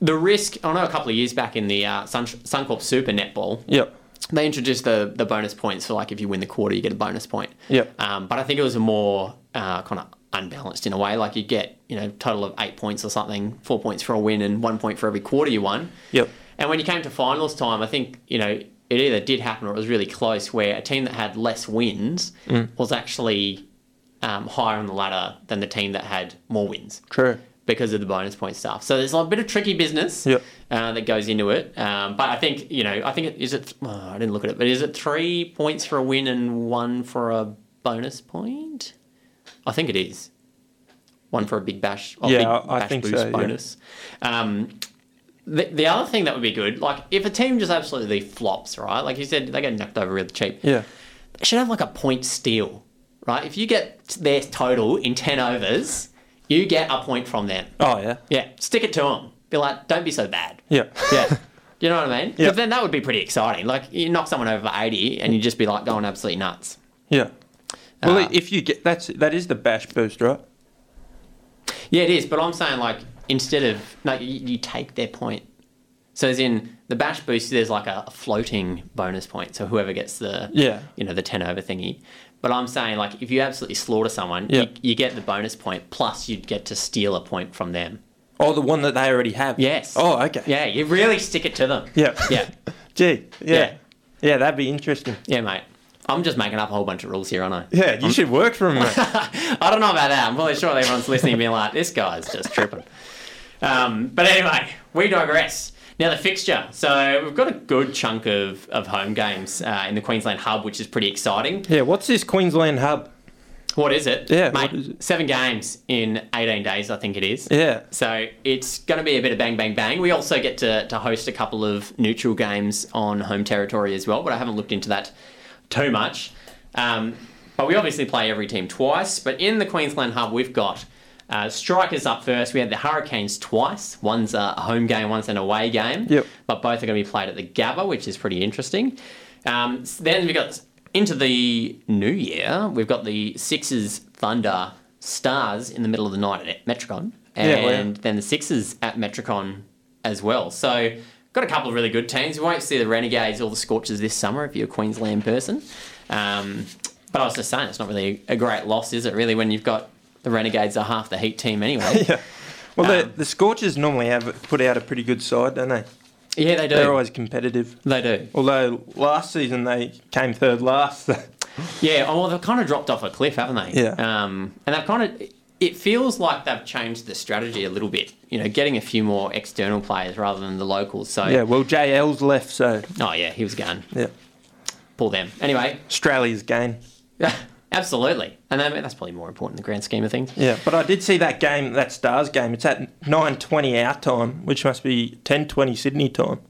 [SPEAKER 2] the risk, I know a couple of years back in the uh, Sun, Suncorp Super netball,
[SPEAKER 3] Yep.
[SPEAKER 2] they introduced the the bonus points for like if you win the quarter, you get a bonus point.
[SPEAKER 3] Yep.
[SPEAKER 2] Um, but I think it was a more uh, kind of unbalanced in a way. Like you get you know total of eight points or something, four points for a win and one point for every quarter you won.
[SPEAKER 3] Yep.
[SPEAKER 2] And when you came to finals time, I think you know it either did happen or it was really close, where a team that had less wins was actually um, higher on the ladder than the team that had more wins.
[SPEAKER 3] True.
[SPEAKER 2] because of the bonus point stuff. So there's a bit of tricky business
[SPEAKER 3] Yep.
[SPEAKER 2] uh, that goes into it. Um, but I think you know, I think it, is it. th- oh, I didn't look at it, but is it three points for a win and one for a bonus point? I think it is. One for a big bash. or
[SPEAKER 3] Yeah,
[SPEAKER 2] big
[SPEAKER 3] I- I think
[SPEAKER 2] boost
[SPEAKER 3] so, yeah.
[SPEAKER 2] bonus. Um, the, the other thing that would be good, like if a team just absolutely flops, right? Like you said, they get knocked over really cheap.
[SPEAKER 3] Yeah.
[SPEAKER 2] They should have like a point steal, right? If you get their total in 10 overs, you get a point from them.
[SPEAKER 3] Oh yeah.
[SPEAKER 2] Yeah, stick it to them. Be like, don't be so bad.
[SPEAKER 3] Yeah.
[SPEAKER 2] Yeah. Do you know what I mean?
[SPEAKER 3] Yeah.
[SPEAKER 2] But then that would be pretty exciting. Like, you knock someone over for 80 and you just be like going absolutely nuts.
[SPEAKER 3] Yeah. Well,
[SPEAKER 2] Uh,
[SPEAKER 3] if you get that's that is the bash boost, right?
[SPEAKER 2] Yeah, it is. But I'm saying, like, instead of, no, you, you take their point. So, as in the bash boost, there's like a floating bonus point. So, whoever gets the,
[SPEAKER 3] Yeah.
[SPEAKER 2] you know, the 10 over thingy. But I'm saying, like, if you absolutely slaughter someone,
[SPEAKER 3] Yeah.
[SPEAKER 2] you, you get the bonus point, plus you'd get to steal a point from them.
[SPEAKER 3] Oh, the one that they already have.
[SPEAKER 2] Yes.
[SPEAKER 3] Oh, okay.
[SPEAKER 2] Yeah, you really stick it to them.
[SPEAKER 3] Yeah.
[SPEAKER 2] Yeah.
[SPEAKER 3] Gee. Yeah.
[SPEAKER 2] Yeah.
[SPEAKER 3] yeah. that'd be interesting.
[SPEAKER 2] Yeah, mate. I'm just making up a whole bunch of rules here, aren't I?
[SPEAKER 3] Yeah, you should work from it.
[SPEAKER 2] I don't know about that. I'm probably sure everyone's listening being like, this guy's just tripping. Um, but anyway, we digress. Now, the fixture. So, we've got a good chunk of, of home games uh, in the Queensland hub, which is pretty exciting.
[SPEAKER 3] yeah, what's this Queensland hub?
[SPEAKER 2] What is it?
[SPEAKER 3] Yeah,
[SPEAKER 2] Mate,
[SPEAKER 3] what is it?
[SPEAKER 2] seven games in 18 days, I think it is.
[SPEAKER 3] Yeah.
[SPEAKER 2] So it's going to be a bit of bang, bang, bang. We also get to, to host a couple of neutral games on home territory as well, but I haven't looked into that too much. Um, but we obviously play every team twice. But in the Queensland Hub, we've got uh, strikers up first. We had the Hurricanes twice. One's a home game, one's an away game.
[SPEAKER 3] Yep.
[SPEAKER 2] But both are going to be played at the Gabba, which is pretty interesting. Um, s- then we've got into the new year, we've got the Sixers Thunder Stars in the middle of the night at Metricon. And
[SPEAKER 3] Yeah, well, yeah.
[SPEAKER 2] then the Sixers at Metricon as well. So got a couple of really good teams. We won't see the Renegades or the Scorchers this summer if you're a Queensland person. Um, but I was just saying, it's not really a great loss, is it? Really, when you've got the Renegades are half the Heat team anyway.
[SPEAKER 3] Yeah. Well, the, the Scorchers normally have put out a pretty good side, don't they?
[SPEAKER 2] yeah, they do.
[SPEAKER 3] They're always competitive.
[SPEAKER 2] They do.
[SPEAKER 3] Although last season they came third last.
[SPEAKER 2] Yeah, oh, well, they've kind of dropped off a cliff, haven't they?
[SPEAKER 3] Yeah.
[SPEAKER 2] Um, and they've kind of, it feels like they've changed the strategy a little bit, you know, getting a few more external players rather than the locals. So,
[SPEAKER 3] yeah, well, JL's left, so
[SPEAKER 2] oh, yeah, he was gone.
[SPEAKER 3] yeah,
[SPEAKER 2] Pull them. Anyway,
[SPEAKER 3] Australia's gain.
[SPEAKER 2] absolutely. And that, that's probably more important in the grand scheme of things.
[SPEAKER 3] Yeah, but I did see that game, that Stars game. It's at 9.20 our time, which must be 10.20 Sydney time.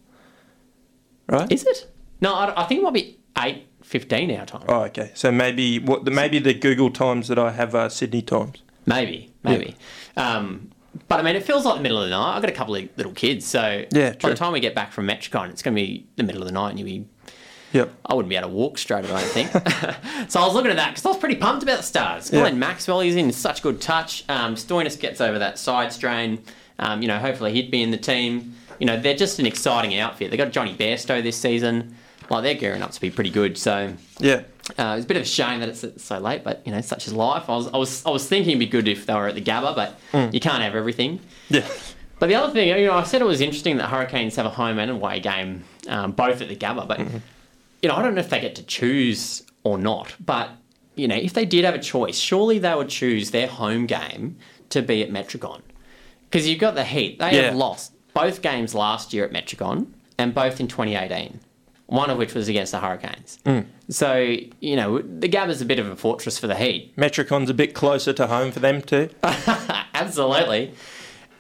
[SPEAKER 3] Right?
[SPEAKER 2] Is it? No, I, I think it might be 8.15 our time.
[SPEAKER 3] oh, okay. So maybe what the, maybe the Google times that I have are Sydney times.
[SPEAKER 2] Maybe, maybe. Um, but I mean, it feels like the middle of the night. I've got a couple of little kids, so
[SPEAKER 3] Yeah,
[SPEAKER 2] by the
[SPEAKER 3] true.
[SPEAKER 2] time we get back from MatchCon, it's going to be the middle of the night and you'll be
[SPEAKER 3] Yep.
[SPEAKER 2] I wouldn't be able to walk straight, I don't think. so I was looking at that because I was pretty pumped about the stars.
[SPEAKER 3] Yeah.
[SPEAKER 2] Glenn Maxwell, he's in such good touch. Um, Stoinis gets over that side strain. Um, you know, hopefully he'd be in the team. You know, they're just an exciting outfit. They got Johnny Bairstow this season. Like, they're gearing up to be pretty good. So
[SPEAKER 3] Yeah.
[SPEAKER 2] uh, it's a bit of a shame that it's so late, but, you know, such is life. I was, I was, I was thinking it'd be good if they were at the Gabba, but you can't have everything.
[SPEAKER 3] Yeah.
[SPEAKER 2] But the other thing, you know, I said it was interesting that Hurricanes have a home and away game, um, both at the Gabba. But you know, I don't know if they get to choose or not. But you know, if they did have a choice, surely they would choose their home game to be at Metricon, because you've got the Heat. They
[SPEAKER 3] Yeah.
[SPEAKER 2] have lost both games last year at Metricon and both in 2018. One of which was against the Hurricanes. So you know, the Gabba's a bit of a fortress for the Heat.
[SPEAKER 3] Metricon's a bit closer to home for them too.
[SPEAKER 2] Absolutely.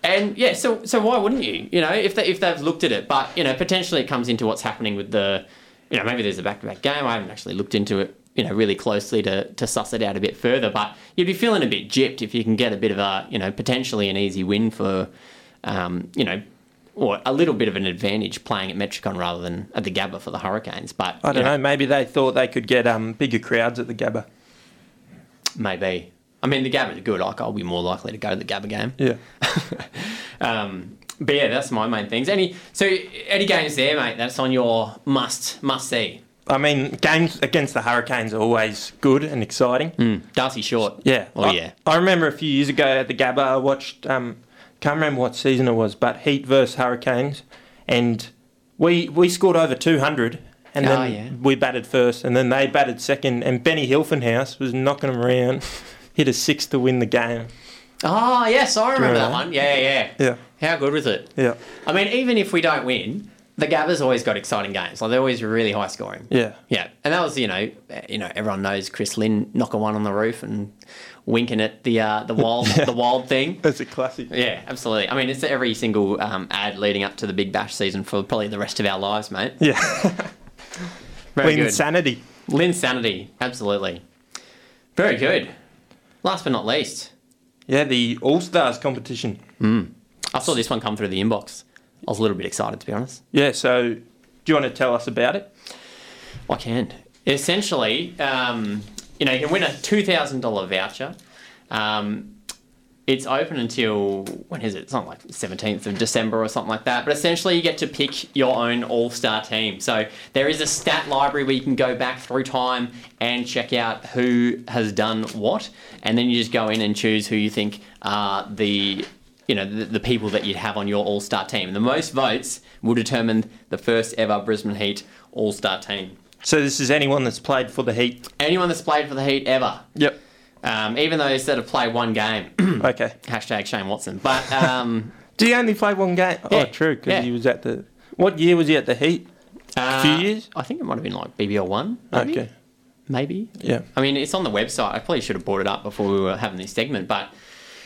[SPEAKER 2] And yeah, so so why wouldn't you? You know, if they if they've looked at it, but you know, potentially it comes into what's happening with the, you know, maybe there's a back-to-back game. I haven't actually looked into it, you know, really closely to to suss it out a bit further. But you'd be feeling a bit gypped if you can get a bit of a, you know, potentially an easy win for, um, you know. Or a little bit of an advantage playing at Metricon rather than at the Gabba for the Hurricanes, but
[SPEAKER 3] I
[SPEAKER 2] you
[SPEAKER 3] don't know. Maybe they thought they could get um, bigger crowds at the Gabba.
[SPEAKER 2] maybe. I mean, the Gabba's good. Like, I'll be more likely to go to the Gabba game.
[SPEAKER 3] Yeah.
[SPEAKER 2] Um, but yeah, that's my main things. Any so any games there, mate? That's on your must must see.
[SPEAKER 3] I mean, games against the Hurricanes are always good and exciting.
[SPEAKER 2] Hmm, Darcy Short.
[SPEAKER 3] Yeah.
[SPEAKER 2] Oh
[SPEAKER 3] I,
[SPEAKER 2] yeah.
[SPEAKER 3] I remember a few years ago at the Gabba, I watched, um, can't remember what season it was, but Heat versus Hurricanes. And we we scored over 200. And then
[SPEAKER 2] Oh, yeah.
[SPEAKER 3] we batted first, and then they batted second. And Benny Hilfenhaus was knocking them around, hit a six to win the game.
[SPEAKER 2] Oh, yes, I remember that
[SPEAKER 3] remember that?
[SPEAKER 2] one. Yeah, yeah,
[SPEAKER 3] Yeah.
[SPEAKER 2] How good was it?
[SPEAKER 3] Yeah.
[SPEAKER 2] I mean, even if we don't win, the Gabba's always got exciting games. Like they're always really high scoring.
[SPEAKER 3] Yeah.
[SPEAKER 2] Yeah, and that was you know eh, you know everyone knows Chris Lynn knocking one on the roof and winking at the uh, the wild the wild thing.
[SPEAKER 3] That's a classic.
[SPEAKER 2] Yeah, absolutely. I mean, it's every single um, ad leading up to the Big Bash season for probably the rest of our lives, mate.
[SPEAKER 3] Yeah.
[SPEAKER 2] Very
[SPEAKER 3] Clean
[SPEAKER 2] good.
[SPEAKER 3] insanity.
[SPEAKER 2] Lynn Sanity, absolutely. Very good. Last but not least,
[SPEAKER 3] Yeah, the All Stars competition.
[SPEAKER 2] I saw this one come through the inbox. I was a little bit excited, to be honest.
[SPEAKER 3] Yeah, so do you want to tell us about it?
[SPEAKER 2] I can. Essentially, um, you know, you can win a two thousand dollar voucher. Um, it's open until when is it? It's not like seventeenth of December or something like that. But essentially, you get to pick your own all star team. So there is a stat library where you can go back through time and check out who has done what, and then you just go in and choose who you think are the you know the, the people that you'd have on your all star team. The most votes will determine the first ever Brisbane Heat all star team
[SPEAKER 3] So this is anyone that's played for the Heat.
[SPEAKER 2] anyone that's played for the Heat ever.
[SPEAKER 3] Yep.
[SPEAKER 2] Um, even those that have played one game.
[SPEAKER 3] Okay.
[SPEAKER 2] Hashtag Shane Watson. But um,
[SPEAKER 3] Did he only play one game?
[SPEAKER 2] Yeah,
[SPEAKER 3] Oh, true. Because
[SPEAKER 2] yeah.
[SPEAKER 3] he was at the. What year was he at the Heat?
[SPEAKER 2] uh,
[SPEAKER 3] Few years?
[SPEAKER 2] I think it might have been like BBL one. Maybe?
[SPEAKER 3] Okay.
[SPEAKER 2] Maybe.
[SPEAKER 3] Yeah.
[SPEAKER 2] I mean, it's on the website. I probably should have brought it up before we were having this segment. But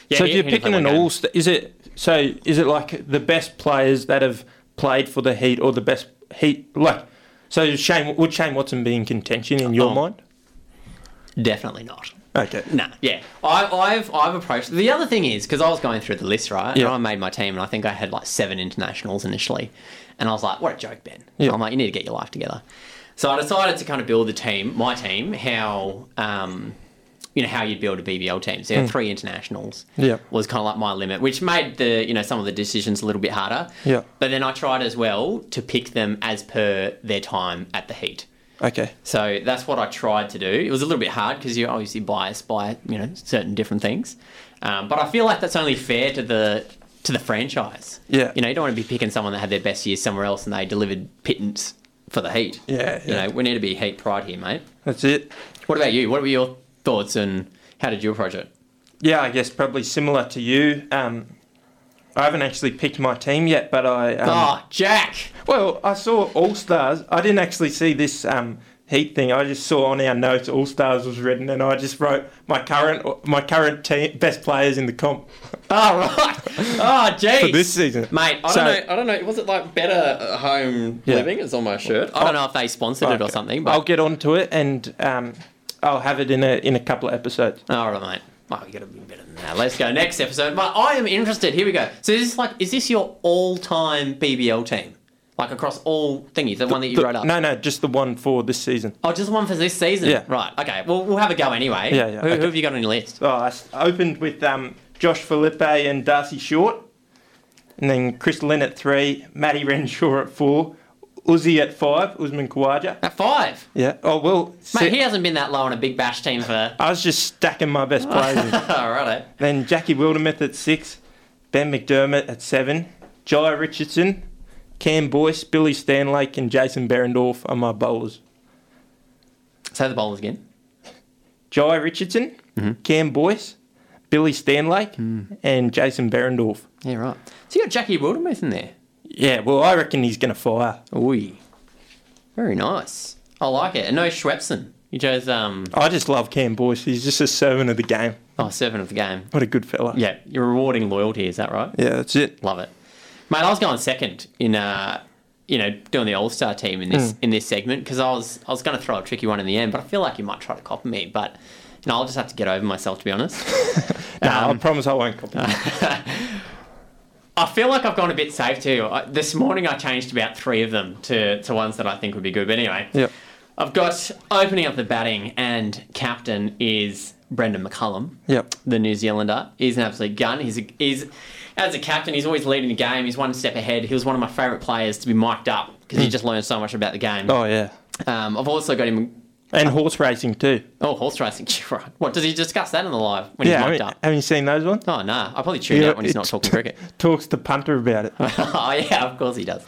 [SPEAKER 2] yeah,
[SPEAKER 3] so
[SPEAKER 2] he- he
[SPEAKER 3] if you're
[SPEAKER 2] only played
[SPEAKER 3] picking an
[SPEAKER 2] one game.
[SPEAKER 3] All Star, is it? So is it like the best players that have played for the Heat or the best Heat? Like, so Shane would Shane Watson be in contention in your
[SPEAKER 2] Oh.
[SPEAKER 3] mind?
[SPEAKER 2] definitely not.
[SPEAKER 3] Okay.
[SPEAKER 2] Nah, yeah. I, I've I've approached the other thing is because I was going through the list right,
[SPEAKER 3] Yeah.
[SPEAKER 2] and I made my team, and I think I had like seven internationals initially, and I was like, what a joke, Ben.
[SPEAKER 3] Yeah.
[SPEAKER 2] I'm like, you need to get your life together. So I decided to kind of build the team, my team, how um, you know how you'd build a BBL team. So you had three internationals.
[SPEAKER 3] Mm. Yeah.
[SPEAKER 2] was kind of like my limit, which made the you know some of the decisions a little bit harder.
[SPEAKER 3] Yeah.
[SPEAKER 2] but then I tried as well to pick them as per their time at the heat.
[SPEAKER 3] Okay.
[SPEAKER 2] So that's what I tried to do. It was a little bit hard because you're obviously biased by you know certain different things, um, but I feel like that's only fair to the to the franchise.
[SPEAKER 3] Yeah.
[SPEAKER 2] you know you don't want to be picking someone that had their best year somewhere else and they delivered pittance for the Heat.
[SPEAKER 3] Yeah,
[SPEAKER 2] you
[SPEAKER 3] yeah.
[SPEAKER 2] know we need to be Heat pride here, mate.
[SPEAKER 3] That's it.
[SPEAKER 2] What about you? What were your thoughts and how did you approach it?
[SPEAKER 3] Yeah, I guess probably similar to you. Um, I haven't actually picked my team yet, but I. Um,
[SPEAKER 2] oh, Jack.
[SPEAKER 3] Well, I saw All Stars. I didn't actually see this um, Heat thing. I just saw on our notes All Stars was written, and I just wrote my current my current team, best players in the comp
[SPEAKER 2] Oh right. Oh geez.
[SPEAKER 3] for this season.
[SPEAKER 2] Mate, I don't
[SPEAKER 3] So-
[SPEAKER 2] know. I don't know. Was it like better home
[SPEAKER 3] Yeah. Oh,
[SPEAKER 2] living? It's on my shirt. I don't know if they sponsored it or
[SPEAKER 3] Okay.
[SPEAKER 2] something. But
[SPEAKER 3] I'll get on to it, and um, I'll have it in a in a couple of episodes.
[SPEAKER 2] All right, mate. Oh, you gotta be better than that. Let's go next episode. But I am interested. Here we go. So is this like is this your all-time BBL team? Like across all thingies, the, one that you
[SPEAKER 3] The-
[SPEAKER 2] wrote up.
[SPEAKER 3] No, no, just the one for this season.
[SPEAKER 2] Oh, just one for this season.
[SPEAKER 3] Yeah.
[SPEAKER 2] Right. Okay. Well, we'll have a go anyway.
[SPEAKER 3] Yeah, yeah,
[SPEAKER 2] Who, who
[SPEAKER 3] okay.
[SPEAKER 2] have you got on your list?
[SPEAKER 3] So Oh, I s- opened with um, Josh Felipe and Darcy Short, and then Chris Lynn at three, Matty Renshaw at four, Uzi at five, Usman Khawaja.
[SPEAKER 2] At five.
[SPEAKER 3] Yeah. Oh well.
[SPEAKER 2] Mate,
[SPEAKER 3] si-
[SPEAKER 2] he hasn't been that low on a Big Bash team for.
[SPEAKER 3] I was just stacking my best players.
[SPEAKER 2] all right.
[SPEAKER 3] then Jackie Wildermuth at six, Ben McDermott at seven, Jai Richardson, Cam Boyce, Billy Stanlake, and Jason Berendorf are my bowlers.
[SPEAKER 2] Say the bowlers again.
[SPEAKER 3] Jai Richardson, Cam Boyce, Billy Stanlake, and Jason Berendorf.
[SPEAKER 2] Yeah, right. So you got Jackie Wildermuth in there.
[SPEAKER 3] Yeah, well, I reckon he's going to fire.
[SPEAKER 2] Oi. Very nice. I like it. And no Schwepson. You chose um
[SPEAKER 3] I just love Cam Boyce. He's just a servant of the game.
[SPEAKER 2] oh servant of the game.
[SPEAKER 3] What a good fella.
[SPEAKER 2] Yeah, you're rewarding loyalty. Is that right?
[SPEAKER 3] Yeah, that's it.
[SPEAKER 2] Love it, mate. I was going second in, uh, you know, doing the All Star team in this in this segment because I was I was going to throw a tricky one in the end, but I feel like you might try to copy me. But you know, I'll just have to get over myself to be honest.
[SPEAKER 3] Nah, I promise I won't copy.
[SPEAKER 2] I feel like I've gone a bit safe too. I, this morning I changed about three of them to to ones that I think would be good. But anyway,
[SPEAKER 3] Yep.
[SPEAKER 2] I've got opening up the batting and captain is Brendan McCullum.
[SPEAKER 3] Yep.
[SPEAKER 2] the New Zealander. He's an absolute gun. He's a, he's as a captain, he's always leading the game. He's one step ahead. He was one of my favourite players to be mic'd up because he just learned so much about the game.
[SPEAKER 3] Hmm. Oh, yeah.
[SPEAKER 2] Um, I've also got him.
[SPEAKER 3] And horse racing, too.
[SPEAKER 2] Oh, horse racing. Right. What does he discuss that in the live when
[SPEAKER 3] yeah,
[SPEAKER 2] he's
[SPEAKER 3] I
[SPEAKER 2] mic'd
[SPEAKER 3] mean,
[SPEAKER 2] up?
[SPEAKER 3] have you seen those ones?
[SPEAKER 2] Oh no, I probably tune
[SPEAKER 3] Yeah,
[SPEAKER 2] out when he's not
[SPEAKER 3] it's-
[SPEAKER 2] talking cricket.
[SPEAKER 3] Talks to punter about it.
[SPEAKER 2] oh yeah, of course he does.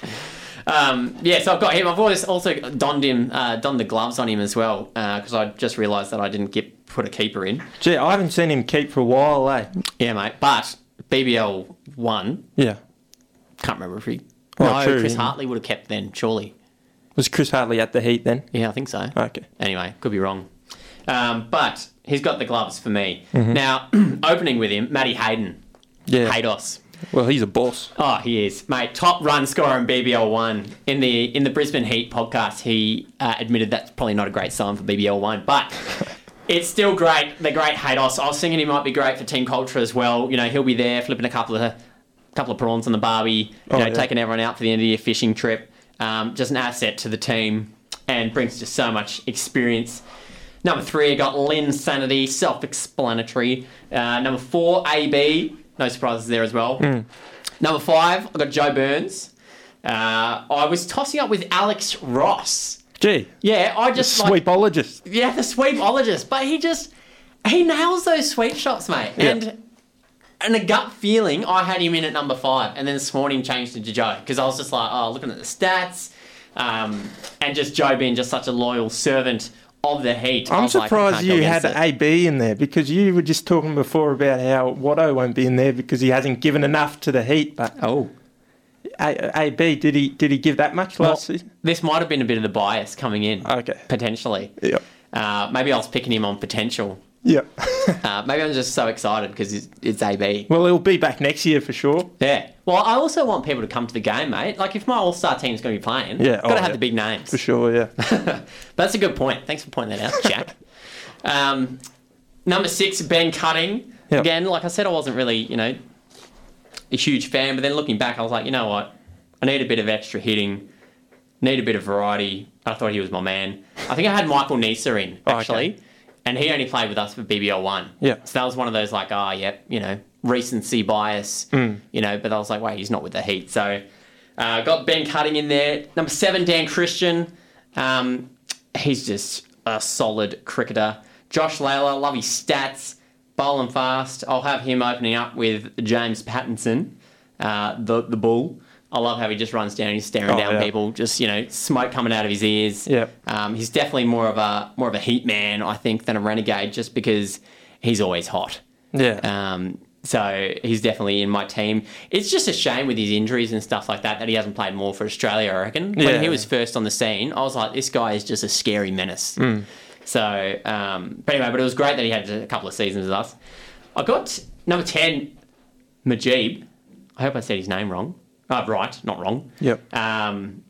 [SPEAKER 2] Um, yeah, so I've got him. I've always also donned him, uh, donned the gloves on him as well, because I just realised that I didn't get put a keeper in.
[SPEAKER 3] Gee, I haven't seen him keep for a while, eh?
[SPEAKER 2] Yeah, mate. But BBL one,
[SPEAKER 3] Yeah.
[SPEAKER 2] can't remember if he.
[SPEAKER 3] Oh,
[SPEAKER 2] no,
[SPEAKER 3] true,
[SPEAKER 2] Chris
[SPEAKER 3] yeah.
[SPEAKER 2] Hartley would have kept then, surely.
[SPEAKER 3] Was Chris Hartley at the Heat then?
[SPEAKER 2] Yeah, I think so.
[SPEAKER 3] Okay.
[SPEAKER 2] Anyway, could be wrong. Um, but he's got the gloves for me. Now, opening with him, Matty Hayden.
[SPEAKER 3] Mm-hmm. Yeah.
[SPEAKER 2] Haydos.
[SPEAKER 3] Well, he's a boss.
[SPEAKER 2] Oh, he is, mate. Top run scorer in BBL one. In the in the Brisbane Heat podcast, he uh, admitted that's probably not a great sign for BBL one, but it's still great. The great Hados. I was thinking he might be great for team culture as well. You know, he'll be there flipping a couple of couple of prawns on the barbie. You
[SPEAKER 3] Oh,
[SPEAKER 2] know,
[SPEAKER 3] yeah.
[SPEAKER 2] taking everyone out for the end of the year fishing trip. Um, just an asset to the team and brings just so much experience. Number three, I got Lynn Sanity, self explanatory. Uh, number four, AB. No surprises there as well.
[SPEAKER 3] Hmm.
[SPEAKER 2] Number five, I got Joe Burns. Uh, I was tossing up with Alex Ross.
[SPEAKER 3] Gee,
[SPEAKER 2] Yeah, I just like
[SPEAKER 3] sweepologist.
[SPEAKER 2] yeah the sweepologist, but he just he nails those sweep shots, mate.
[SPEAKER 3] Yeah.
[SPEAKER 2] And and a gut feeling, I had him in at number five, and then this morning changed to Joe because I was just like, oh, looking at the stats, um, and just Joe being just such a loyal servant of the Heat. I
[SPEAKER 3] I'm
[SPEAKER 2] was like, I
[SPEAKER 3] surprised
[SPEAKER 2] can't go
[SPEAKER 3] you had
[SPEAKER 2] against it.
[SPEAKER 3] AB in there because you were just talking before about how Watto won't be in there because he hasn't given enough to the Heat. But
[SPEAKER 2] Oh,
[SPEAKER 3] A- AB, did he did he give that much last
[SPEAKER 2] Well,
[SPEAKER 3] season?
[SPEAKER 2] this might have been a bit of the bias coming in,
[SPEAKER 3] Okay.
[SPEAKER 2] potentially.
[SPEAKER 3] Yeah.
[SPEAKER 2] Uh, maybe I was picking him on potential.
[SPEAKER 3] Yeah.
[SPEAKER 2] Uh, maybe I'm just so excited because it's, it's AB.
[SPEAKER 3] well, he'll be back next year for sure.
[SPEAKER 2] Yeah. Well, I also want people to come to the game, mate. Like, if my All Star team's going to be playing,
[SPEAKER 3] Yeah,
[SPEAKER 2] got to
[SPEAKER 3] oh,
[SPEAKER 2] have
[SPEAKER 3] yeah.
[SPEAKER 2] the big names.
[SPEAKER 3] For sure, yeah.
[SPEAKER 2] but that's a good point. Thanks for pointing that out, Jack. um, number six, Ben Cutting.
[SPEAKER 3] Yep.
[SPEAKER 2] Again, like I said, I wasn't really, you know, a huge fan, but then looking back, I was like, you know what? I need a bit of extra hitting, need a bit of variety. I thought he was my man. I think I had Michael Nisa in,
[SPEAKER 3] Oh, okay.
[SPEAKER 2] actually, and he only played with us for BBL 1.
[SPEAKER 3] Yeah.
[SPEAKER 2] So that was one of those, like, ah, yep, you know, recency bias,
[SPEAKER 3] Mm.
[SPEAKER 2] you know, but I was like, wait, he's not with the Heat. So uh, got Ben Cutting in there. Number seven, Dan Christian. Um, he's just a solid cricketer. Josh Layla, love his stats, bowling fast. I'll have him opening up with James Pattinson, uh, the the bull. I love how he just runs down. He's staring
[SPEAKER 3] Oh,
[SPEAKER 2] down
[SPEAKER 3] yeah.
[SPEAKER 2] people. Just you know, smoke coming out of his ears.
[SPEAKER 3] Yeah.
[SPEAKER 2] Um, he's definitely more of a more of a heat man, I think, than a renegade, just because he's always hot.
[SPEAKER 3] Yeah.
[SPEAKER 2] Um, so he's definitely in my team. It's just a shame with his injuries and stuff like that that he hasn't played more for Australia. I reckon when
[SPEAKER 3] Yeah.
[SPEAKER 2] he was first on the scene, I was like, this guy is just a scary menace. So, um, but anyway, but it was great that he had a couple of seasons with us. I got number ten, Majib. I hope I said his name wrong. Uh, right, not wrong.
[SPEAKER 3] Yep.
[SPEAKER 2] Um,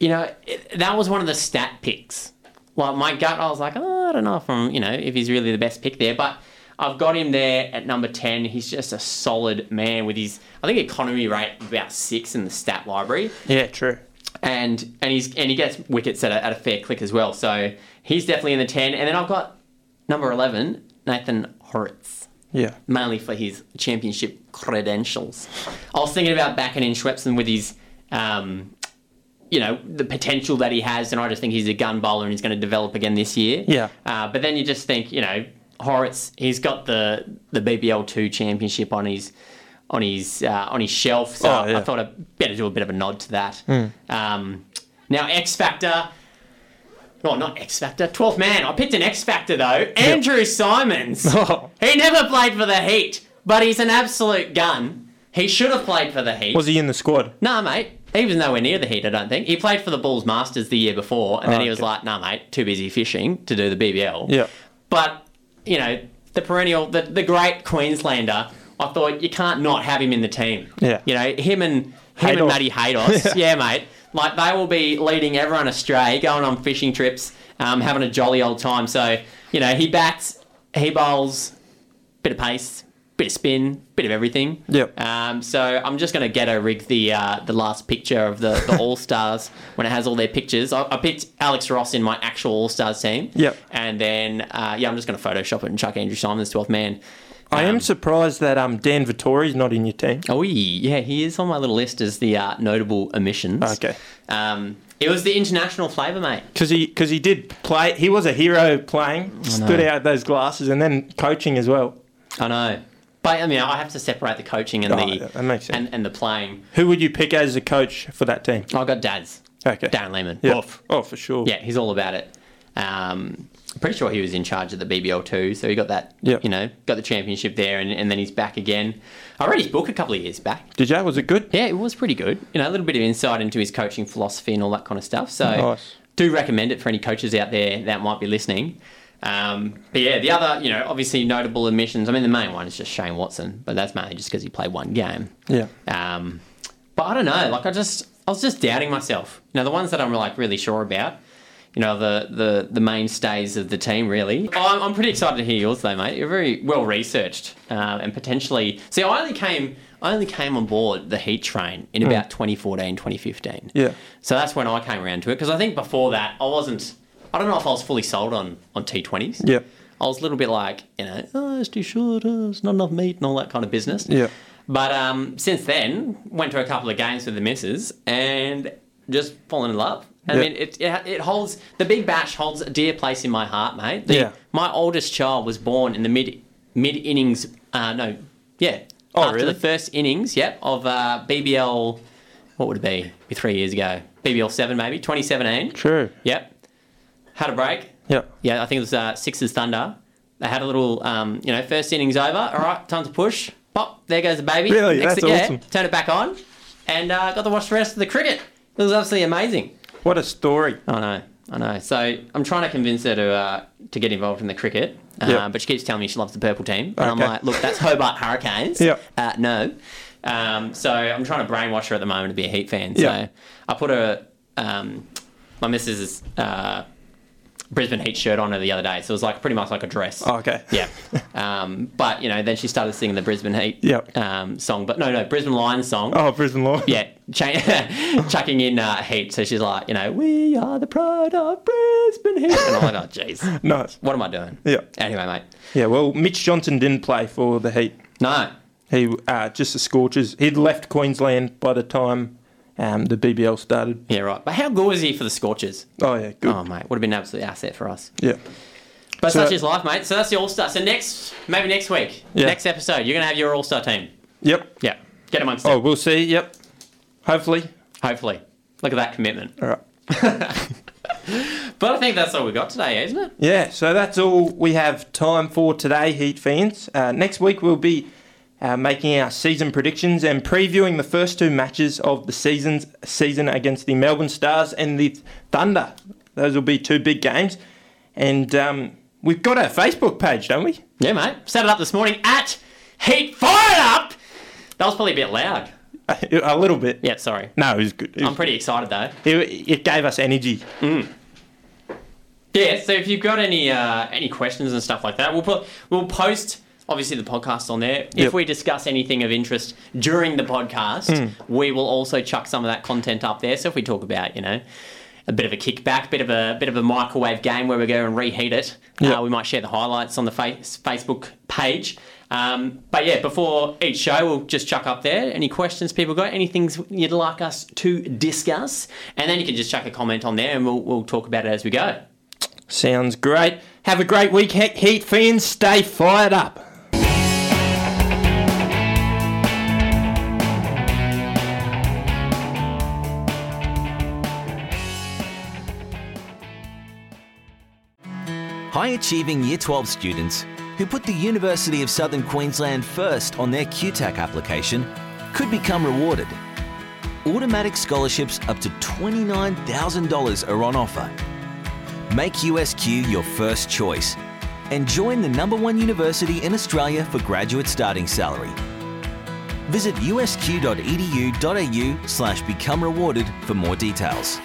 [SPEAKER 2] you know, it, that was one of the stat picks. Well, my gut, I was like, oh, I don't know if I'm, you know, if he's really the best pick there, but I've got him there at number ten. He's just a solid man with his, I think, economy rate of about six in the stat library,
[SPEAKER 3] yeah, true.
[SPEAKER 2] and and he's and he gets wickets at a, at a fair click as well. So he's definitely in the ten. And then I've got number eleven, Nathan Horitz
[SPEAKER 3] Yeah.
[SPEAKER 2] mainly for his championship credentials. I was thinking about backing in Schwepson with his, um, you know, the potential that he has, and I just think he's a gun bowler and he's going to develop again this year.
[SPEAKER 3] Yeah.
[SPEAKER 2] Uh, but then you just think, you know, Horace, he's got the the BBL two championship on his on his uh, on his shelf, so
[SPEAKER 3] Oh, yeah. Hmm.
[SPEAKER 2] I thought I'd better do a bit of a nod to that. Um, now X Factor. Well, not X Factor. 12th man. I picked an X Factor, though. Andrew Simons. He never played for the Heat, but he's an absolute gun. He should have played for the Heat.
[SPEAKER 3] Was he in the squad?
[SPEAKER 2] Nah, mate. He was nowhere near the Heat, I don't think. He played for the Bulls Masters the year before, and then
[SPEAKER 3] Oh,
[SPEAKER 2] he was
[SPEAKER 3] okay.
[SPEAKER 2] like, nah, mate, too busy fishing to do the BBL.
[SPEAKER 3] Yeah.
[SPEAKER 2] But, you know, the perennial, the, the great Queenslander, I thought you can't not have him in the team.
[SPEAKER 3] Yeah.
[SPEAKER 2] You know, him and him and
[SPEAKER 3] Haydos.
[SPEAKER 2] Matty Haydos. yeah. mate. Like, they will be leading everyone astray, going on fishing trips, um, having a jolly old time. So, you know, he bats, he bowls, bit of pace, bit of spin, bit of everything.
[SPEAKER 3] Yep.
[SPEAKER 2] Um, so I'm just going to ghetto rig the uh, the last picture of the, the All Stars when it has all their pictures. I, I picked Alex Ross in my actual All Stars team.
[SPEAKER 3] Yep.
[SPEAKER 2] And then uh, yeah, I'm just going to Photoshop it and chuck Andrew Simons 12th man.
[SPEAKER 3] I
[SPEAKER 2] Um,
[SPEAKER 3] am surprised that um Dan Vittori's not in your team.
[SPEAKER 2] Oh yeah, he is on my little list as the uh, notable omissions.
[SPEAKER 3] Oh, Okay.
[SPEAKER 2] Um, it was the international flavour, mate.
[SPEAKER 3] Because he, cause he did play, he was a hero playing, stood out those glasses, and then coaching as well.
[SPEAKER 2] I know. But I mean, I have to separate the coaching and
[SPEAKER 3] Oh,
[SPEAKER 2] the
[SPEAKER 3] yeah, that makes sense.
[SPEAKER 2] And, and the playing.
[SPEAKER 3] Who would you pick as a coach for that team?
[SPEAKER 2] I got Dad's.
[SPEAKER 3] Okay.
[SPEAKER 2] Darren Lehman.
[SPEAKER 3] Yeah.
[SPEAKER 2] Woof.
[SPEAKER 3] Oh, for sure.
[SPEAKER 2] Yeah, he's all about it. Um, I'm pretty sure he was in charge of the BBL too, so he got that.
[SPEAKER 3] Yep.
[SPEAKER 2] You know, got the championship there, and, and then he's back again. I read his book a couple of years back.
[SPEAKER 3] Did you? Was it good?
[SPEAKER 2] Yeah, it was pretty good. You know, a little bit of insight into his coaching philosophy and all that kind of stuff. So,
[SPEAKER 3] Nice.
[SPEAKER 2] do recommend it for any coaches out there that might be listening. Um, but yeah, the other, you know, obviously notable admissions. I mean, the main one is just Shane Watson, but that's mainly just because he played one game.
[SPEAKER 3] Yeah.
[SPEAKER 2] Um, but I don't know. Like I just, I was just doubting myself. You know, the ones that I'm like really sure about. You know, the the the mainstays of the team. Really, I'm, I'm pretty excited to hear yours though, mate. You're very well researched um, and potentially. See, I only came. I only came on board the heat train in about 2014, 2015.
[SPEAKER 3] Hmm. Yeah.
[SPEAKER 2] So that's when I came around to it because I think before that I wasn't. I don't know if I was fully sold on on T20s.
[SPEAKER 3] Yeah.
[SPEAKER 2] I was a little bit like, you know, oh, it's too short, oh, it's not enough meat, and all that kind of business.
[SPEAKER 3] Yeah.
[SPEAKER 2] But um, since then, went to a couple of games with the missus and just fallen in love. I
[SPEAKER 3] Yeah.
[SPEAKER 2] mean, it, it it holds the Big Bash holds a dear place in my heart, mate. The-
[SPEAKER 3] Yeah.
[SPEAKER 2] My oldest child was born in the mid mid innings. Uh, no, yeah.
[SPEAKER 3] Oh,
[SPEAKER 2] after
[SPEAKER 3] really?
[SPEAKER 2] the first innings, yep, of uh, BBL. What would it be? Be three years ago. BBL seven, maybe 2017.
[SPEAKER 3] True.
[SPEAKER 2] Yep. Had a break.
[SPEAKER 3] Yeah.
[SPEAKER 2] Yeah, I think it was uh, Sixers Thunder. They had a little, um, you know, first innings over. All right, time to push. Pop, there goes the baby.
[SPEAKER 3] Really? That's
[SPEAKER 2] yeah,
[SPEAKER 3] awesome.
[SPEAKER 2] Turn it back on, and uh, got to watch the rest of the cricket. It was absolutely amazing.
[SPEAKER 3] What a story.
[SPEAKER 2] I know, I know. So I'm trying to convince her to uh, to get involved in the cricket, uh,
[SPEAKER 3] Yeah.
[SPEAKER 2] but she keeps telling me she loves the purple team, and I'm
[SPEAKER 3] Okay.
[SPEAKER 2] like, look, that's Hobart Hurricanes.
[SPEAKER 3] Yeah.
[SPEAKER 2] Uh, no. Um, so I'm trying to brainwash her at the moment to be a Heat fan. So
[SPEAKER 3] Yeah.
[SPEAKER 2] I put a um, my missus' uh, Brisbane Heat shirt on her the other day, so it was like pretty much like a dress.
[SPEAKER 3] Oh, okay.
[SPEAKER 2] Yeah. Um, but you know, then she started singing the Brisbane Heat
[SPEAKER 3] Yeah.
[SPEAKER 2] um, song, but no, no, Brisbane Lions song
[SPEAKER 3] Oh, prison law.
[SPEAKER 2] yeah, cha- chucking in uh, heat. So she's like, you know, we are the pride of Brisbane Heat. And I'm like, oh, jeez,
[SPEAKER 3] Nice.
[SPEAKER 2] what am I doing?
[SPEAKER 3] Yeah.
[SPEAKER 2] Anyway, mate,
[SPEAKER 3] Yeah. Well, Mitch Johnson didn't play for the Heat.
[SPEAKER 2] no,
[SPEAKER 3] He uh, just the Scorchers. He'd left Queensland by the time um, the BBL started.
[SPEAKER 2] yeah, right. But how good was he for the Scorchers?
[SPEAKER 3] Oh yeah, good.
[SPEAKER 2] Oh, mate, would have been an absolute asset for us.
[SPEAKER 3] Yeah.
[SPEAKER 2] But
[SPEAKER 3] So-
[SPEAKER 2] such is life, mate. So that's the All Star. So next, maybe next week,
[SPEAKER 3] Yeah.
[SPEAKER 2] next episode, you're gonna have your All Star team.
[SPEAKER 3] Yep.
[SPEAKER 2] Yeah, get amongst
[SPEAKER 3] Oh,
[SPEAKER 2] it.
[SPEAKER 3] we'll see. Yep. Hopefully.
[SPEAKER 2] Hopefully, look at that commitment.
[SPEAKER 3] All right.
[SPEAKER 2] But I think that's all we got today, isn't it?
[SPEAKER 3] Yeah, so that's all we have time for today, Heat fans. Uh, next week we'll be uh, making our season predictions and previewing the first two matches of the season's season against the Melbourne Stars and the Thunder. Those will be two big games, and um, we've got our Facebook page, don't we?
[SPEAKER 2] Yeah, mate. Set it up this morning at Heat Fire Up. That was probably a bit loud.
[SPEAKER 3] A little bit.
[SPEAKER 2] Yeah, sorry.
[SPEAKER 3] No, it was good. It,
[SPEAKER 2] I'm pretty excited though.
[SPEAKER 3] it, it gave us energy.
[SPEAKER 2] Yeah, so if you've got any uh, any questions and stuff like that, we'll put we'll post obviously the podcast on there.
[SPEAKER 3] Yep.
[SPEAKER 2] If we discuss anything of interest during the podcast,
[SPEAKER 3] Hmm.
[SPEAKER 2] we will also chuck some of that content up there. So if we talk about you know a bit of a kickback, bit of a bit of a microwave game where we go and reheat it,
[SPEAKER 3] Yep.
[SPEAKER 2] uh, we might share the highlights on the face, Facebook page. Um, but yeah, before each show, we'll just chuck up there any questions people got, any things you'd like us to discuss, and then you can just chuck a comment on there, and we'll we'll talk about it as we go.
[SPEAKER 3] Sounds great. Have a great week, He- Heat fans. Stay fired up.
[SPEAKER 4] High achieving Year 12 students who put the University of Southern Queensland first on their QTAC application could become rewarded. Automatic scholarships up to $29,000 are on offer. Make USQ your first choice and join the number one university in Australia for graduate starting salary. E Visit usq.edu.au slash become rewarded for more details.